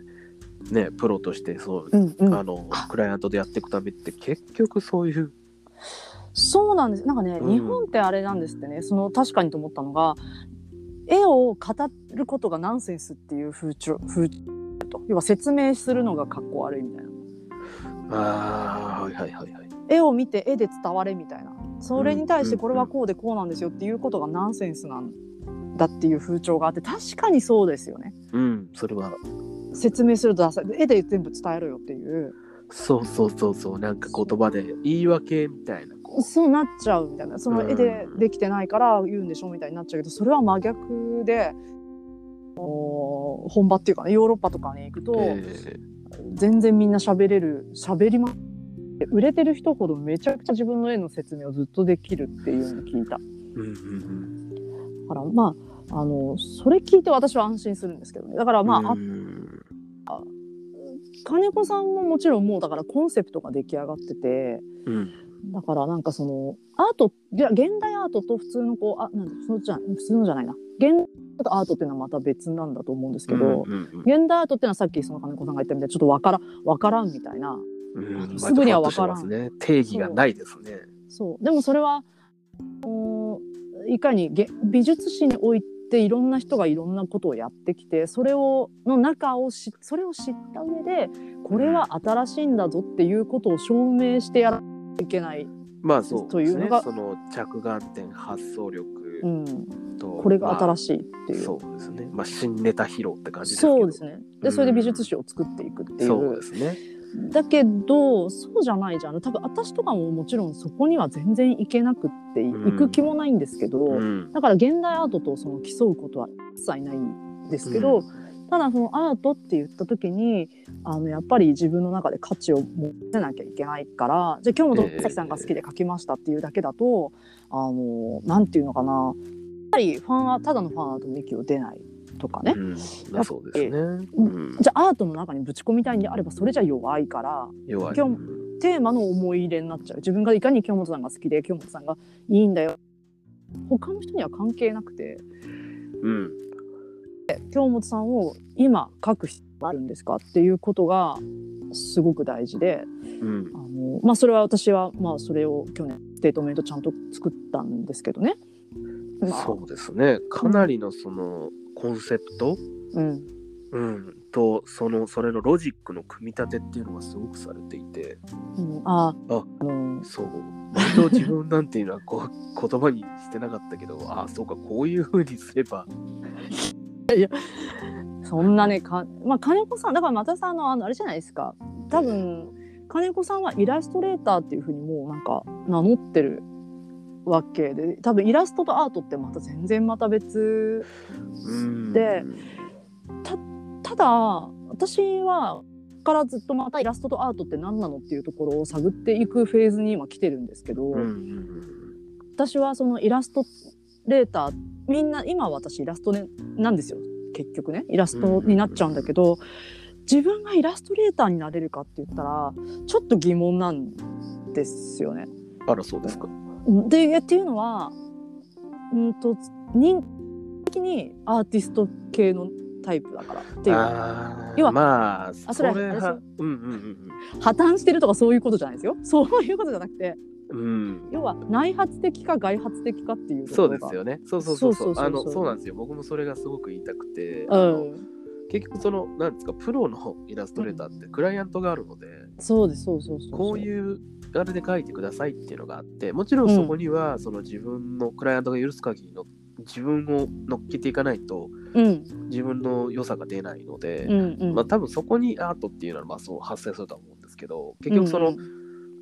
B: ねプロとしてそう、
A: うんうん、
B: あのクライアントでやっていくためって結局そういう
A: そうなんですなんかね、
B: うん
A: 日本ってあれなんですってねその確かにと思ったのが絵を語ることがナンセンスっていう風潮風と要は説明するのがかっこ悪いみたいな
B: ああはいはいはいはい。
A: 絵を見て絵で伝われみたいなそれに対してこれはこうでこうなんですよっていうことがナンセンスなんだっていう風潮があって確かにそうですよね
B: うんそれは
A: 説明するとダサい絵で全部伝えろよっていう
B: そうそうそうそうなんか言葉で言い訳みたいなこ
A: そうなっちゃうみたいなその絵で
B: うん
A: できてないから言うんでしょみたいになっちゃうけどそれは真逆でおー本場っていうかねヨーロッパとかに行くと
B: う、えー
A: 全然みんな喋れる喋りま売れてる人ほどめちゃくちゃ自分の絵の説明をずっとできるっていうのを聞いただ
B: うんうん
A: からまああのそれ聞いて私は安心するんですけどねだから
B: うん
A: まあ、あ
B: うん
A: 金子さんももちろんもうだからコンセプトが出来上がってて
B: うん
A: だからなんかそのアートいや現代アートと普通のこうあなんだそのじゃ普通のじゃないな現代アートとアートっていうのはまた別なんだと思うんですけど、
B: うんうん
A: 現代アートっていうのはさっきその金子さんが言ったみたいにちょっとわからわからんみたいな
B: うんうん
A: すぐには分からん
B: まあちょっとしてますね定義がないですね。
A: そうでもそれはおいかにげ美術史においていろんな人がいろんなことをやってきてそれをの中をしそれを知った上でこれは新しいんだぞっていうことを証明してやらなきゃいけない、
B: まあそうですね
A: というのが
B: その着眼点発想力
A: うん、
B: と、
A: これが
B: まあ
A: 新しいっていう。
B: そうですねまあ新ネタ披露って感じですけど
A: そうですね。
B: う
A: で、
B: ん
A: それで美術史を作っていくってい
B: そう
A: う
B: で。すね
A: だけど、そうじゃないじゃん。多分私とかももちろんそこには全然行けなくって、
B: ん
A: 行く気もないんですけど、
B: うん
A: だから現代アートとその競うことは一切ないんですけど、
B: う
A: ただそのアートって言った時に、あの、やっぱり自分の中で価値を持てなきゃいけないから、じゃあ今日も
B: ええ
A: 戸崎さんが好きで描きましたっていうだけだと、あの、なんていうのかな、やっぱりファンはただのファンアートの域を出ないとかね。
B: うんまあそうですね、うん、
A: じゃあアートの中にぶち込みたいんであればそれじゃ弱いから
B: 弱い
A: 今日テーマの思い入れになっちゃう自分がいかに京本さんが好きで京本さんがいいんだよ他の人には関係なくて
B: うん
A: 京本さんを今書く必要があるんですかっていうことがすごく大事で
B: うん
A: あの、まあ、それは私はまあそれを去年ステートメントちゃんと作ったんですけどね。まあ
B: そうですねかなりのそのコンセプト、
A: うん
B: うん、とそのそれのロジックの組み立てっていうのがすごくされていて
A: うん、あ
B: あ
A: あの
B: そう割と自分なんていうのはこう言葉にしてなかったけどああそうかこういうふうにすれば
A: そんなねか、まあ、金子さんだからまたさあのあのあれじゃないですか多分金子さんはイラストレーターっていうふうにもうなんか名乗ってるわけで多分イラストとアートってまた全然また別
B: うん
A: でただ私はここからずっとまたイラストとアートって何なのっていうところを探っていくフェーズに今来てるんですけど、
B: うんうん
A: 私はそのイラストレーターみんな今私イラスト、ね、なんですよ結局ねイラストになっちゃうんだけど、自分がイラストレーターになれるかって言ったらちょっと疑問なんですよね。
B: あら、そうですか。
A: でえっていうのはうんと人的にアーティスト系のタイプだからっていう
B: あ
A: 要
B: あ、
A: は
B: まあ、
A: あそれはあれですよ
B: うんうん
A: 破綻してるとかそういうことじゃないですよそういうことじゃなくて
B: うんうん。
A: 要は内発的か外発的かっていうとこ
B: そ
A: ろ
B: う
A: が
B: ですよね。そうそうそう
A: そ
B: そ
A: そうそ
B: うう。
A: うそう
B: あの、そうなんですよ。僕もそれがすごく言いたくて、あ
A: う
B: の
A: ん、
B: 結局その、なんですか、プロのイラストレーターってクライアントがあるので、
A: そうですそうそうそう
B: こう
A: う
B: いうあれで書いてくださいっていうのがあって、もちろんそこには、その自分のクライアントが許す限りの自分を乗っけていかないと、
A: うん
B: 自分の良さが出ないので、
A: うんうん
B: まあ多分そこにアートっていうのはまあそう発生するとは思うんですけど結局その、
A: うん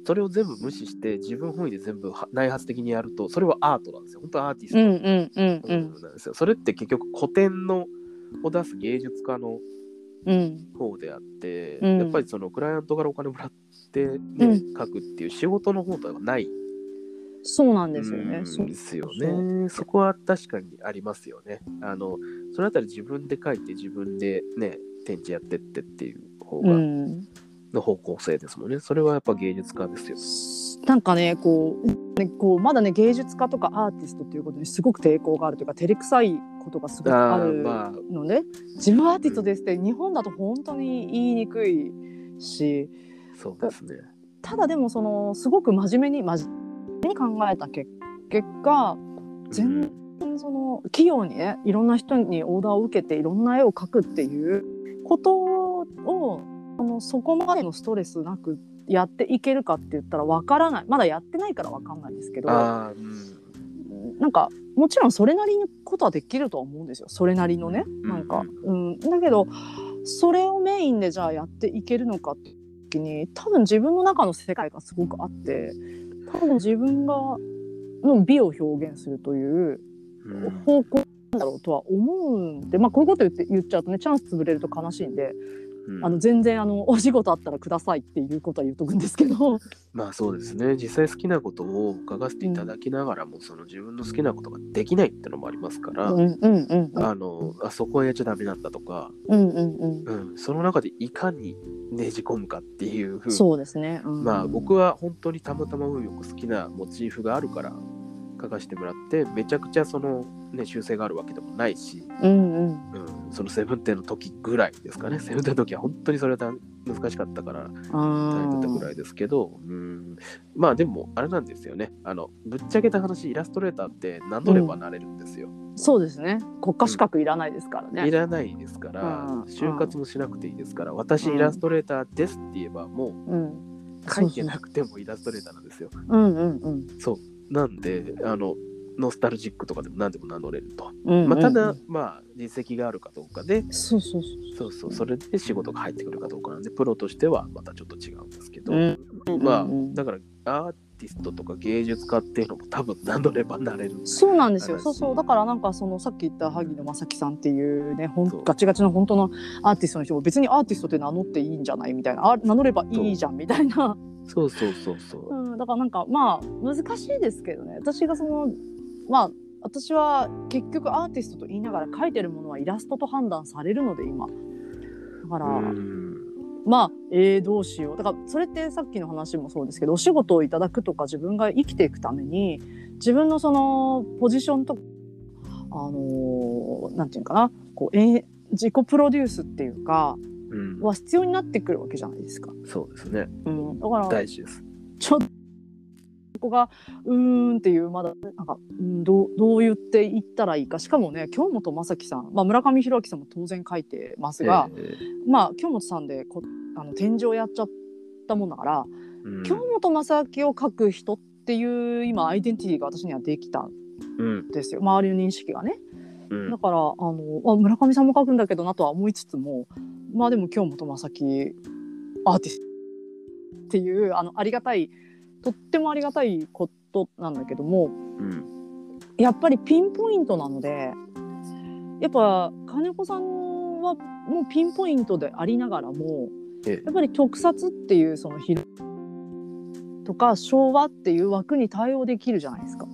B: それを全部無視して自分本位で全部は内発的にやるとそれはアートなんですよ本当はアーティ
A: う
B: スト
A: んうんうんう
B: うん
A: ん
B: なんですよ、それって結局古典のを出す芸術家の
A: うん
B: 方であって、
A: うん
B: やっぱりそのクライアントからお金もらって、ね
A: う
B: 書くっていう仕事の方とはない
A: そうなんですよね
B: うん
A: そう
B: ですよね。そこは確かにありますよね。あのそのあたり自分で書いて自分でね展示やってってっていう方
A: う
B: が、
A: ん
B: の方向性ですもんね。それはやっぱ芸術家ですよ。
A: なんかねこうねこうまだね芸術家とかアーティストっていうことにすごく抵抗があるというか照れくさいことがすごくあ
B: ー
A: る
B: ま
A: のね、自分はアーティストですって日本だと本当に言いにくいし
B: あ、そうですね。
A: ただでもそのすごく真面目に真面目に考えた結結果全然その企業にねいろんな人にオーダーを受けていろんな絵を描くっていうことをあのそこまでのストレスなくやっていけるかって言ったらわからないまだやってないからわかんないですけ
B: うん
A: ど
B: ああ、うん、
A: なんかもちろんそれなりのことはできるとは思うんですよそれなりのね
B: うん
A: なんか、うん、だけどそれをメインでじゃあやっていけるのかって時に多分自分の中の世界がすごくあって多分自分がの美を表現するという
B: うん
A: 方向なんだろうとは思うんで、まあ、こういうこと言って言っちゃうとねチャンス潰れると悲しいんで、
B: うん
A: あの全然あのお仕事あったらくださいっていうことは言っとくんですけど
B: まあそうですね実際好きなことを伺わせていただきながらも、その自分の好きなことができないっての もありますから、
A: うんうんうん
B: あのあそこはやっちゃダメなんだとか、
A: うんうん
B: うん、その中でいかにねじ込むかっていう
A: う
B: ふ
A: ん
B: う
A: そうですね、うん、
B: まあ僕は本当にたまたま運よく好きなモチーフがあるから書かせてもらってめちゃくちゃその、ね、修正があるわけでもないし、
A: うんうん
B: うん、そのセブンテンの時ぐらいですかねセブンテンの時は本当にそれはだ難しかったから大変だったぐらいですけどうんまあでもあれなんですよねあのぶっちゃけた話イラストレーターって名乗ればなれるんですよ、
A: そうですね国家資格いらないですから
B: い
A: ね、
B: らないですから、
A: うん
B: 就活もしなくていいですから私
A: うん
B: イラストレーターですって言えばもう
A: うん、
B: 書いてなくてもイラストレーターなんですよ
A: うんうんうん
B: そうなんであのノスタルジックとかでも何でも名乗れると、
A: うん
B: まあ、た
A: う
B: だ
A: ん
B: まあ実績があるかどうかで
A: そうそうそ
B: そうそうそれで仕事が入ってくるかどうかなんでプロとしてはまたちょっと違うんですけど、
A: うんう
B: ま
A: う
B: あ
A: ん
B: だからアーティストとか芸術家っていうのも多分名乗ればなれる
A: そうなんですよ。
B: 話
A: そうそう。だからなんかそのさっき言った萩野正樹さんっていうね、ほ
B: そ
A: ん
B: う
A: ガチガチの本当のアーティストの人も別にアーティストって名乗っていいんじゃないみたいな、あ名乗ればいいじゃんみたいな。
B: そうそうそうそう
A: うん。だからなんかまあ難しいですけどね。私がそのまあ私は結局アーティストと言いながら書いてるものはイラストと判断されるので今。だから、
B: うん
A: まあ、えー、どうしようだからそれってさっきの話もそうですけどお仕事をいただくとか自分が生きていくために自分のそのポジションとかあのーなんていうのかなこう、えー自己プロデュースっていうか
B: うん
A: は必要になってくるわけじゃないですか。
B: そうですね
A: うん、だから
B: 大事です
A: ちょっとそこがうーんっていうまだなんか、うん、どうどう言っていったらいいかしかもね京本正樹さん、まあ、村上弘明さんも当然書いてますが、
B: えー
A: まあ京本さんでこあの天井やっちゃったもんだから。
B: うん
A: 京本政樹を書く人っていう今アイデンティティが私にはできたん
B: うん
A: ですよ周りの認識がね
B: うん
A: だからあのあ村上さんも書くんだけどなとは思いつつもまあでも京本政樹アーティストっていうあのありがたいとってもありがたいことなんだけども
B: うん
A: やっぱりピンポイントなのでやっぱ金子さんはもうピンポイントでありながらも
B: え
A: やっぱり特撮っていうその広とか昭和っていう枠に対応できるじゃないですか。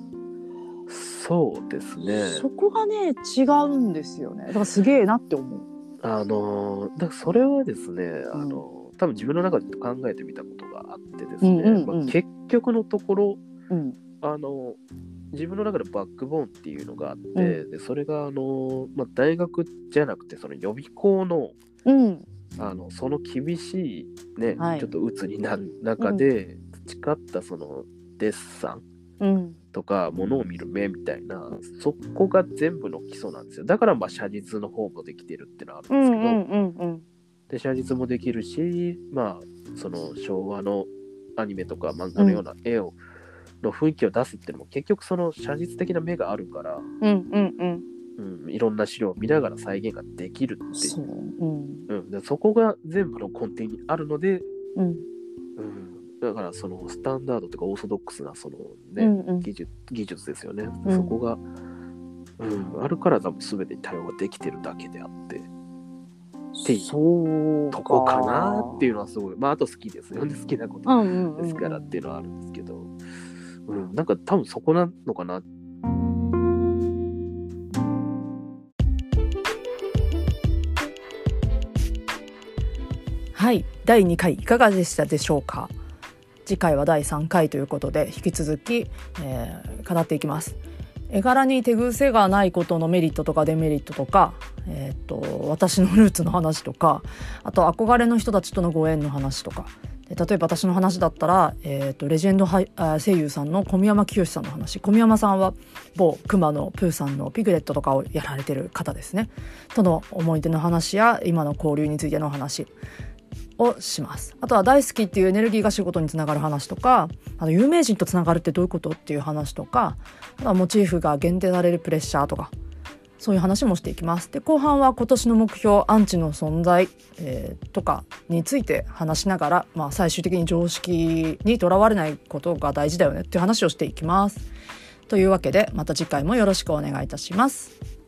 B: そうですね。
A: そこがね違うんですよねだからすげえなって思う
B: あのーだからそれはですね、あのー多分自分の中で考えてみたことがあってですね、
A: うんうんうん
B: まあ、結局のところ、
A: うん
B: あのー自分の中でバックボーンっていうのがあって、
A: う
B: でそれが、あのーまあ、大学じゃなくてその予備校の
A: うん
B: あのその厳しい、ね
A: はい
B: ちょっと鬱になる中で培ったそのデッサン
A: うん
B: とか物を見る目みたいなそこが全部の基礎なんですよだからまあ写実の方もできてるってのはある
A: うん
B: です
A: ん
B: けど、
A: うんうん
B: で写実もできるしまあその昭和のアニメとか漫画のような絵を、の雰囲気を出すっていうのも結局その写実的な目があるから、
A: うんうんうん
B: うん、いろんな資料を見ながら再現ができるっていう
A: そううん
B: うん、でそこが全部の根底にあるので、
A: うん
B: うん、だからそのスタンダードとかオーソドックスなその
A: う
B: ね、
A: んうん
B: 技術技術ですよね、
A: うん
B: そこが、うん、あるから多分全てに対応ができてるだけであってっていう
A: そう
B: とこかなっていうのはすごいまああと好きですよね好きなこと
A: うんうんうんうん
B: ですからっていうのはあるんですけど、うん、なんか多分そこなのかな
C: はい第2回いかがでしたでしょうか次回は第3回ということで引き続き、えー語っていきます絵柄に手癖がないことのメリットとかデメリットとか、えーっと私のルーツの話とかあと憧れの人たちとのご縁の話とかで例えば私の話だったら、えーっとレジェンド俳あ声優さんの小宮山清さんの話小宮山さんは某熊野プーさんのピグレットとかをやられてる方ですねとの思い出の話や今の交流についての話をしますあとは大好きっていうエネルギーが仕事につながる話とかあの有名人とつながるってどういうことっていう話とかあとはモチーフが限定されるプレッシャーとかそういう話もしていきますで後半は今年の目標アンチの存在、えーとかについて話しながら、まあ、最終的に常識にとらわれないことが大事だよねっていう話をしていきますというわけでまた次回もよろしくお願いいたします